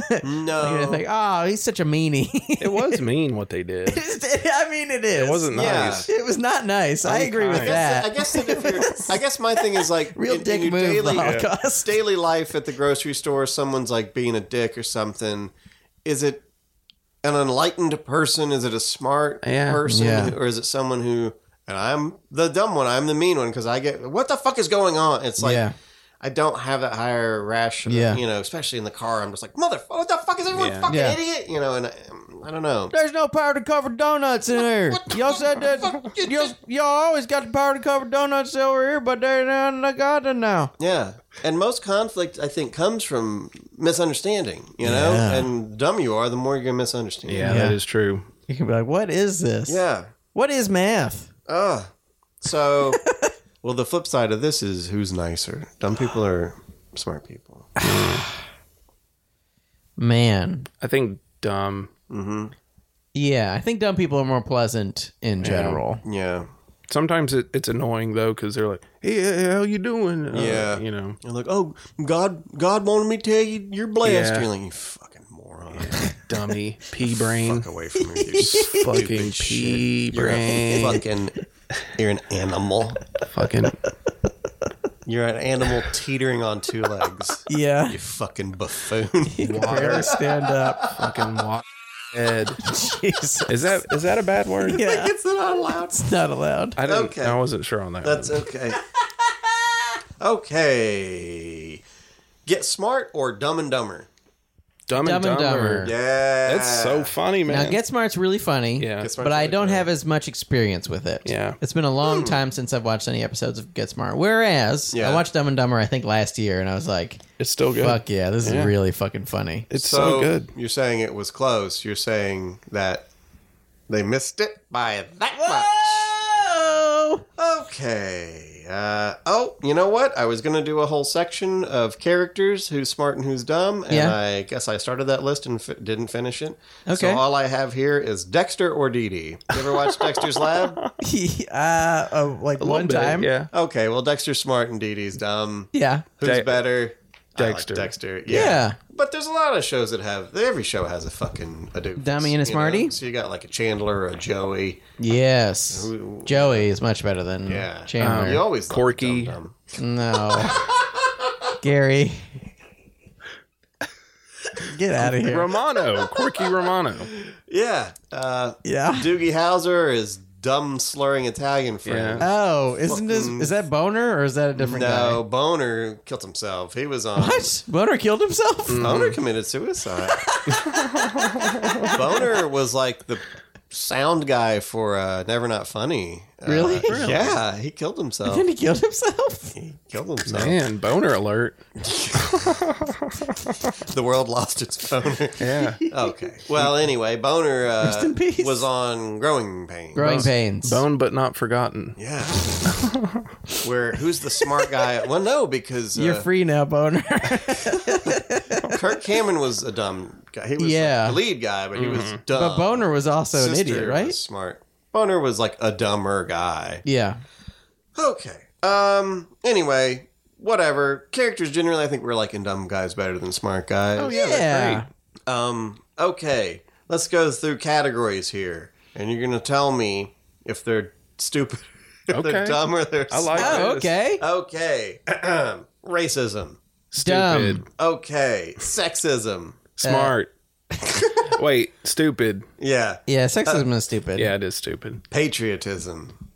[SPEAKER 5] I
[SPEAKER 3] No.
[SPEAKER 5] think, oh, he's such a meanie.
[SPEAKER 4] It was mean what they did. It
[SPEAKER 5] I mean, it is. It
[SPEAKER 4] wasn't
[SPEAKER 3] Yeah.
[SPEAKER 4] nice.
[SPEAKER 5] It was not nice. i agree with
[SPEAKER 4] I
[SPEAKER 5] that.
[SPEAKER 3] I guess that if you're, I guess my thing is like
[SPEAKER 5] Real
[SPEAKER 3] in- in
[SPEAKER 5] dick
[SPEAKER 3] your
[SPEAKER 5] move.
[SPEAKER 3] daily-
[SPEAKER 5] the Holocaust.
[SPEAKER 3] daily life at the grocery store, someone's like being a dick or something. Is it an enlightened person? Is it a smart
[SPEAKER 4] Yeah.
[SPEAKER 3] person,
[SPEAKER 5] Yeah.
[SPEAKER 3] or is it someone who? And I'm the dumb one. I'm the mean one because I get what the fuck is going on. It's like
[SPEAKER 5] Yeah.
[SPEAKER 3] I don't have that higher rational,
[SPEAKER 5] Yeah.
[SPEAKER 3] you know. Especially in the car, I'm just like motherfucker. What the fuck is everyone
[SPEAKER 4] Yeah.
[SPEAKER 3] fucking
[SPEAKER 5] Yeah.
[SPEAKER 3] idiot? You know, and um, I, I don't know.
[SPEAKER 5] There's no powder covered donuts in here. Y'all said that y'all, y'all always got the powder covered donuts over here, but they're not in the garden now.
[SPEAKER 3] Yeah. And most conflict, I think, comes from misunderstanding, you know?
[SPEAKER 5] Yeah.
[SPEAKER 3] And the dumb you are, the more you're going to misunderstand.
[SPEAKER 4] Yeah,
[SPEAKER 5] Yeah.
[SPEAKER 4] that is true.
[SPEAKER 5] You can be like, what is this?
[SPEAKER 3] Yeah.
[SPEAKER 5] What is math?
[SPEAKER 3] Ugh. So, well, the flip side of this is who's nicer? Dumb people or smart people?
[SPEAKER 5] Man.
[SPEAKER 4] I think um, dumb.
[SPEAKER 5] Yeah, I think dumb people are more pleasant in general.
[SPEAKER 3] Yeah.
[SPEAKER 4] Sometimes it, it's annoying though because they're like, "Hey, how you doing?" Uh,
[SPEAKER 3] Yeah.
[SPEAKER 4] you know.
[SPEAKER 3] And like, oh, God, God wanted me to tell you you're blessed.
[SPEAKER 4] Yeah.
[SPEAKER 3] You're like, you fucking moron.
[SPEAKER 4] dummy, pea brain,
[SPEAKER 3] Fuck away from me. You
[SPEAKER 4] fucking pea
[SPEAKER 3] you're a
[SPEAKER 4] brain,
[SPEAKER 3] fucking, you're an animal.
[SPEAKER 4] fucking
[SPEAKER 3] You're an animal teetering on two legs.
[SPEAKER 5] Yeah.
[SPEAKER 3] You fucking buffoon.
[SPEAKER 5] Barely stand up.
[SPEAKER 4] Fucking walk head.
[SPEAKER 5] Jesus.
[SPEAKER 4] Is that is that a bad word?
[SPEAKER 5] Yeah.
[SPEAKER 3] it's not allowed.
[SPEAKER 5] It's not allowed.
[SPEAKER 4] I didn't.
[SPEAKER 3] Okay.
[SPEAKER 4] I wasn't sure on that.
[SPEAKER 3] That's
[SPEAKER 4] one.
[SPEAKER 3] okay. okay. Get smart or dumb and dumber.
[SPEAKER 4] Dumb and
[SPEAKER 5] Dumb and
[SPEAKER 4] Dumber.
[SPEAKER 5] Dumber.
[SPEAKER 3] Yeah.
[SPEAKER 4] That's so funny, man.
[SPEAKER 5] Now, Get Smart's really funny.
[SPEAKER 4] yeah.
[SPEAKER 3] Get smart
[SPEAKER 5] But I
[SPEAKER 3] really
[SPEAKER 5] don't
[SPEAKER 3] good.
[SPEAKER 5] have as much experience with it.
[SPEAKER 4] Yeah. Hmm.
[SPEAKER 5] It's been a long time since I've watched any episodes of Get Smart. Whereas
[SPEAKER 3] Yeah.
[SPEAKER 5] I watched Dumb and Dumber, I think, last year, and I was like,
[SPEAKER 4] It's still good.
[SPEAKER 5] fuck yeah, this
[SPEAKER 4] Yeah.
[SPEAKER 5] is really fucking funny.
[SPEAKER 4] It's so, good.
[SPEAKER 3] You're saying it was close. You're saying that they missed it by that
[SPEAKER 5] Oh!
[SPEAKER 3] much. Okay. Uh, oh, you know what? I was going to do a whole section of characters who's smart and who's dumb, and
[SPEAKER 5] Yeah.
[SPEAKER 3] I guess I started that list and f- didn't finish it.
[SPEAKER 5] Okay.
[SPEAKER 3] So all I have here is Dexter or Dee Dee. You ever watch Dexter's Lab?
[SPEAKER 5] uh, uh, like
[SPEAKER 4] A little
[SPEAKER 5] one
[SPEAKER 4] bit,
[SPEAKER 5] time.
[SPEAKER 4] Yeah.
[SPEAKER 3] Okay, well, Dexter's smart and Dee Dee's dumb.
[SPEAKER 5] Yeah.
[SPEAKER 3] Who's
[SPEAKER 4] De-
[SPEAKER 3] better? I like
[SPEAKER 4] Dexter.
[SPEAKER 3] Dexter. Yeah.
[SPEAKER 5] Yeah.
[SPEAKER 3] But there's a lot of shows that have every show has a fucking a doofus,
[SPEAKER 5] Dummy and a
[SPEAKER 3] you
[SPEAKER 5] smarty?
[SPEAKER 3] know? So you got like a Chandler or a Joey.
[SPEAKER 5] Yes.
[SPEAKER 3] Who-
[SPEAKER 5] Joey is much better than
[SPEAKER 3] Yeah. You
[SPEAKER 4] Um,
[SPEAKER 5] Chandler.
[SPEAKER 3] always thought
[SPEAKER 4] Corky.
[SPEAKER 3] dumb, dumb.
[SPEAKER 5] No. Gary. Get out of here.
[SPEAKER 4] Romano, quirky Romano.
[SPEAKER 3] Yeah. Uh,
[SPEAKER 5] Yeah.
[SPEAKER 3] Doogie Howser is dumb slurring Italian friend.
[SPEAKER 4] Yeah.
[SPEAKER 5] Oh, isn't this
[SPEAKER 3] Fucking-
[SPEAKER 5] is that Boner or is that a different
[SPEAKER 3] No, Boner killed himself. He was on.
[SPEAKER 5] guy? What? Boner killed himself?
[SPEAKER 3] Boner committed suicide. Boner was like the sound guy for uh, Never Not Funny. Uh,
[SPEAKER 5] Really?
[SPEAKER 3] Yeah, he killed himself.
[SPEAKER 5] Then he killed himself.
[SPEAKER 3] he killed himself.
[SPEAKER 4] Man, boner alert.
[SPEAKER 3] The world lost its boner.
[SPEAKER 4] Yeah.
[SPEAKER 3] okay. Well, anyway, Boner uh,
[SPEAKER 5] Rest in peace.
[SPEAKER 3] was on Growing Pains.
[SPEAKER 5] Growing pains.
[SPEAKER 4] Bone but not forgotten.
[SPEAKER 3] Yeah. Where who's the smart guy? Well, no, because
[SPEAKER 5] You're
[SPEAKER 3] uh,
[SPEAKER 5] free now, Boner.
[SPEAKER 3] Kirk Cameron was a dumb guy. He was
[SPEAKER 5] Yeah.
[SPEAKER 3] like,
[SPEAKER 5] Mm-hmm.
[SPEAKER 3] the lead guy, but he was dumb.
[SPEAKER 5] but Boner was also an
[SPEAKER 3] Uh, Sister
[SPEAKER 5] idiot,
[SPEAKER 3] was
[SPEAKER 5] right?
[SPEAKER 3] smart. Boner was like a dumber guy.
[SPEAKER 5] Yeah.
[SPEAKER 3] Okay. Um. Anyway, whatever. Characters generally, I think we're liking dumb guys better than smart guys. Oh
[SPEAKER 5] yeah.
[SPEAKER 3] Um. Okay. Let's go through categories here, and you're gonna tell me if they're stupid, if they're
[SPEAKER 4] Okay.
[SPEAKER 3] dumb, or they're.
[SPEAKER 4] I like
[SPEAKER 3] smart.
[SPEAKER 5] Oh,
[SPEAKER 4] this.
[SPEAKER 5] okay.
[SPEAKER 3] Okay. Racism.
[SPEAKER 5] Dumb.
[SPEAKER 4] Stupid.
[SPEAKER 3] Okay. Sexism.
[SPEAKER 4] Smart.
[SPEAKER 5] Uh,
[SPEAKER 4] Wait, stupid.
[SPEAKER 3] Yeah.
[SPEAKER 5] Yeah, sexism is stupid.
[SPEAKER 4] Yeah, it is stupid.
[SPEAKER 3] Patriotism.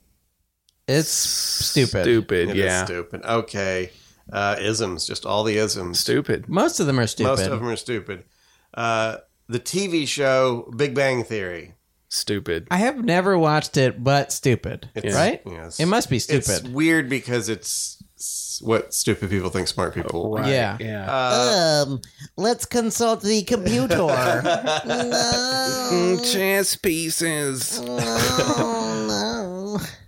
[SPEAKER 5] It's stupid.
[SPEAKER 4] Stupid.
[SPEAKER 3] It is
[SPEAKER 4] yeah.
[SPEAKER 3] stupid. Okay. Uh, isms. Just all the isms.
[SPEAKER 4] Stupid.
[SPEAKER 5] Most of them are stupid.
[SPEAKER 3] Most of them are stupid. Uh, the TV show Big Bang Theory.
[SPEAKER 4] Stupid.
[SPEAKER 5] I have never watched it, but stupid.
[SPEAKER 3] It's-
[SPEAKER 5] right?
[SPEAKER 3] yes.
[SPEAKER 5] It must be stupid.
[SPEAKER 3] It's weird because it's s- what stupid people think smart people. Uh,
[SPEAKER 4] Right.
[SPEAKER 5] Yeah.
[SPEAKER 4] Yeah.
[SPEAKER 5] um, let's consult the computer.
[SPEAKER 3] Oh.
[SPEAKER 4] Mm, chess pieces.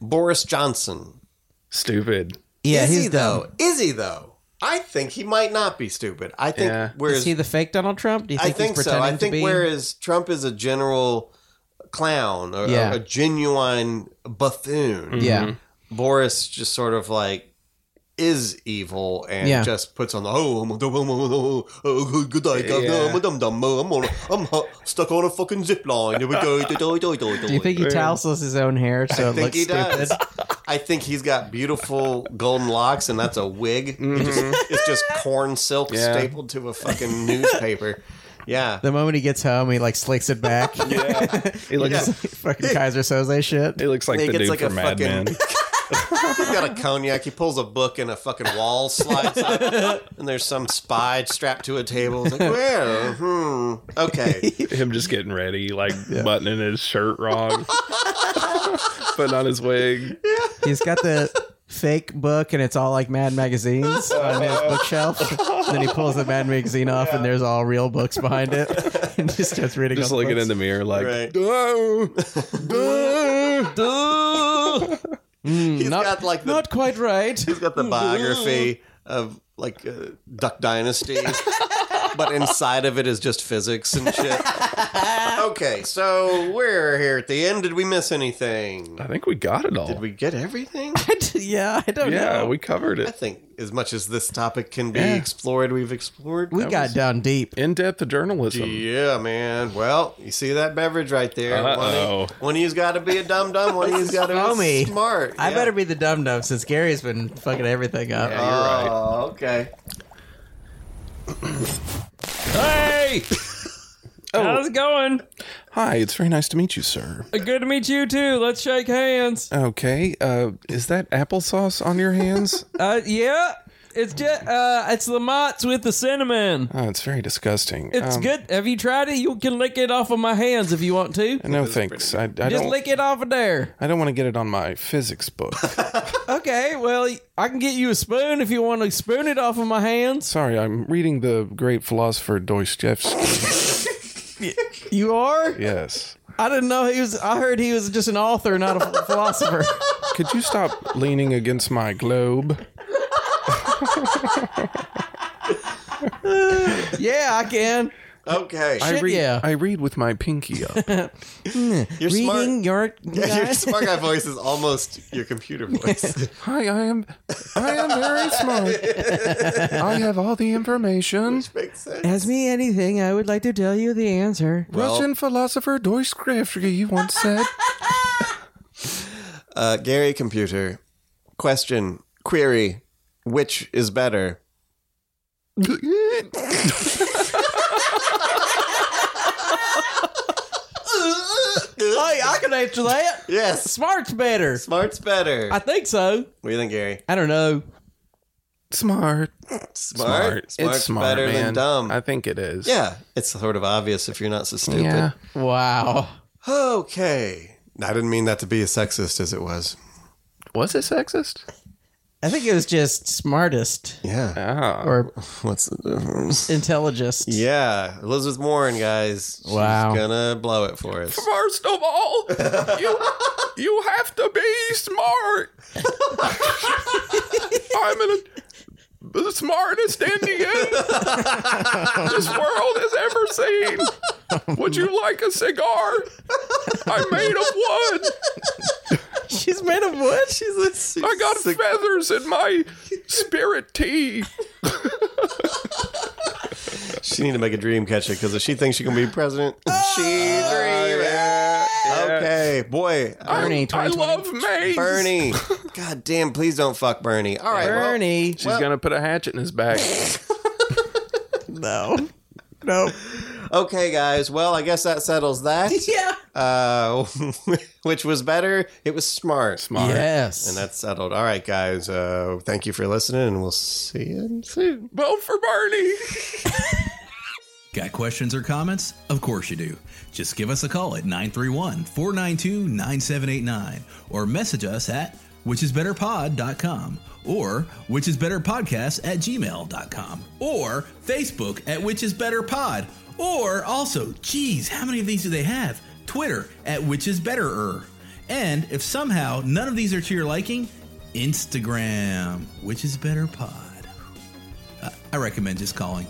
[SPEAKER 3] Boris Johnson.
[SPEAKER 4] Stupid.
[SPEAKER 5] yeah,
[SPEAKER 3] is
[SPEAKER 5] he's
[SPEAKER 3] he
[SPEAKER 5] dumb.
[SPEAKER 3] though? Is he though? I think he might not be stupid. I think
[SPEAKER 4] Yeah.
[SPEAKER 3] whereas
[SPEAKER 5] Is he the fake Donald Trump? Do you
[SPEAKER 3] I
[SPEAKER 5] think,
[SPEAKER 3] think
[SPEAKER 5] he's
[SPEAKER 3] so.
[SPEAKER 5] pretending
[SPEAKER 3] I think
[SPEAKER 5] to be?
[SPEAKER 3] whereas Trump is a general clown, or,
[SPEAKER 5] Yeah. Mm.
[SPEAKER 3] a genuine buffoon.
[SPEAKER 5] yeah,
[SPEAKER 3] Boris just sort of like is evil and
[SPEAKER 5] Yeah.
[SPEAKER 3] just puts on the oh I'm a dumb, I'm a- oh, oh, good, good day, governor, I'm a dum dum oh, I'm on a, I'm hu- stuck on a fucking zip line. Here we go. Do, do, do, do,
[SPEAKER 5] do you think he tousles his own hair so
[SPEAKER 3] I
[SPEAKER 5] it
[SPEAKER 3] think
[SPEAKER 5] looks
[SPEAKER 3] he
[SPEAKER 5] stupid?
[SPEAKER 3] does. I think he's got beautiful golden locks, and that's a wig. It just, it's just corn silk
[SPEAKER 4] Mm-hmm. Yeah.
[SPEAKER 3] stapled to a fucking newspaper. Yeah,
[SPEAKER 5] The moment he gets home, he like slicks it back. yeah,
[SPEAKER 4] He looks.
[SPEAKER 5] fucking Kaiser Soze shit.
[SPEAKER 4] He looks like
[SPEAKER 3] He
[SPEAKER 4] the
[SPEAKER 3] gets
[SPEAKER 4] dude
[SPEAKER 3] like a
[SPEAKER 4] from Mad
[SPEAKER 3] fucking-
[SPEAKER 4] Men.
[SPEAKER 3] He's got a cognac. He pulls a book and a fucking wall slides up, and there's some spy strapped to a table. It's like, well, hmm, okay.
[SPEAKER 4] Him just getting ready, like buttoning his shirt wrong, putting on his wig.
[SPEAKER 5] He's got the fake book, and it's all like Mad magazines on his bookshelf. And then he pulls the Mad magazine off, and there's all real books behind it, and just starts reading.
[SPEAKER 4] Just
[SPEAKER 5] all the
[SPEAKER 4] looking
[SPEAKER 5] books.
[SPEAKER 4] in the mirror, like,
[SPEAKER 3] Right.
[SPEAKER 4] "Duh, duh, duh."
[SPEAKER 3] He's got like the,
[SPEAKER 5] Not quite right.
[SPEAKER 3] he's got the biography of like uh, Duck Dynasty. but inside of it is just physics and shit. okay, so we're here at the end. Did we miss anything?
[SPEAKER 4] I think we got it all.
[SPEAKER 3] Did we get everything?
[SPEAKER 5] yeah, I don't
[SPEAKER 4] yeah,
[SPEAKER 5] know.
[SPEAKER 4] we covered
[SPEAKER 3] I
[SPEAKER 4] it.
[SPEAKER 3] think as much as this topic can be
[SPEAKER 4] Yeah.
[SPEAKER 3] explored, we've explored.
[SPEAKER 5] We
[SPEAKER 3] That
[SPEAKER 5] got
[SPEAKER 3] was-
[SPEAKER 5] down deep.
[SPEAKER 4] In depth journalism.
[SPEAKER 3] Yeah, man. Well, you see that beverage right there. One
[SPEAKER 4] Uh-oh.
[SPEAKER 3] of- One of you's got to be a dum dum. One of you's got to be
[SPEAKER 5] Homie.
[SPEAKER 3] smart.
[SPEAKER 5] I
[SPEAKER 3] Yeah.
[SPEAKER 5] better be the dum dum since Gary's been fucking everything up.
[SPEAKER 4] You're right.
[SPEAKER 3] Oh, okay.
[SPEAKER 4] Hey!
[SPEAKER 11] How's it going?
[SPEAKER 4] Hi, it's very nice to meet you, sir.
[SPEAKER 11] Good to meet you too. Let's shake hands.
[SPEAKER 4] Okay, uh, is that applesauce on your hands?
[SPEAKER 11] Uh, yeah, it's just uh, it's Lamott's with the cinnamon.
[SPEAKER 4] oh, it's very disgusting.
[SPEAKER 11] It's
[SPEAKER 4] Um,
[SPEAKER 11] good. Have you tried it? You can lick it off of my hands if you want to.
[SPEAKER 4] No, thanks. I, I
[SPEAKER 11] Just
[SPEAKER 4] don't.
[SPEAKER 11] lick it off of there.
[SPEAKER 4] I don't want to get it on my physics book.
[SPEAKER 11] Okay, well, I can get you a spoon if you want to spoon it off of my hands.
[SPEAKER 4] Sorry, I'm reading the great philosopher Dostoevsky.
[SPEAKER 5] You are?
[SPEAKER 4] Yes.
[SPEAKER 5] I didn't know he was. I heard he was just an author, not a ph- philosopher.
[SPEAKER 4] Could you stop leaning against my globe?
[SPEAKER 5] yeah, I can.
[SPEAKER 3] Okay.
[SPEAKER 4] I read.
[SPEAKER 5] yeah.
[SPEAKER 4] I read with my pinky up.
[SPEAKER 3] You're smart.
[SPEAKER 5] Reading your.
[SPEAKER 3] Your smart guy voice is almost your computer voice.
[SPEAKER 4] Hi, I am. I am very smart. I have all the information.
[SPEAKER 3] Makes sense.
[SPEAKER 5] Ask me anything. I would like to tell you the answer.
[SPEAKER 4] Russian philosopher Dostoevsky once said.
[SPEAKER 3] Uh, Gary Computer, question, query, which is better?
[SPEAKER 5] Oh, yeah, I can answer that.
[SPEAKER 3] Yes,
[SPEAKER 5] Smart's better.
[SPEAKER 3] smart's better.
[SPEAKER 5] I think so.
[SPEAKER 3] what do you think, Gary?
[SPEAKER 5] I don't know.
[SPEAKER 4] Smart.
[SPEAKER 3] Smart,
[SPEAKER 4] It's smart,
[SPEAKER 3] better
[SPEAKER 4] man.
[SPEAKER 3] than dumb.
[SPEAKER 4] I think it is.
[SPEAKER 3] yeah, it's sort of obvious if you're not so stupid.
[SPEAKER 4] Yeah.
[SPEAKER 5] Wow.
[SPEAKER 3] Okay. I didn't mean that to be as sexist as it was.
[SPEAKER 4] Was it sexist?
[SPEAKER 5] I think it was just smartest
[SPEAKER 3] Yeah.
[SPEAKER 4] Ah.
[SPEAKER 5] or
[SPEAKER 3] What's the difference?
[SPEAKER 5] intelligentist.
[SPEAKER 3] Yeah, Elizabeth Warren, guys.
[SPEAKER 5] Wow.
[SPEAKER 3] She's gonna blow it for us.
[SPEAKER 4] First of all, you you have to be smart. I'm in the smartest Indian this world has ever seen. Would you like a cigar? I'm made of wood.
[SPEAKER 5] She's made of wood. She's a
[SPEAKER 4] I got feathers in my spirit tea.
[SPEAKER 3] She need to make a dream catcher because if she thinks she can be president, she dreaming. Okay, boy, uh,
[SPEAKER 5] Bernie.
[SPEAKER 4] I
[SPEAKER 5] 2020.
[SPEAKER 4] love maize.
[SPEAKER 3] Bernie. God damn! Please don't fuck Bernie. All right, well,
[SPEAKER 5] Bernie.
[SPEAKER 4] She's gonna put a hatchet in his back.
[SPEAKER 5] No. No.
[SPEAKER 3] okay, guys. Well, I guess that settles that.
[SPEAKER 5] Yeah.
[SPEAKER 3] Uh, which was better? It was smart. Smart.
[SPEAKER 5] Yes.
[SPEAKER 3] And that's settled. All right, guys. Uh, thank you for listening, and we'll see you soon.
[SPEAKER 4] Vote for Bernie.
[SPEAKER 2] Got questions or comments? Of course you do. Just give us a call at 931 492 9789 or message us at whichisbetterpod.com or whichisbetterpodcast at gmail.com or Facebook at whichisbetterpod or also, geez, how many of these do they have? Twitter at whichisbetterer. And if somehow none of these are to your liking, Instagram, which is better pod. I recommend just calling.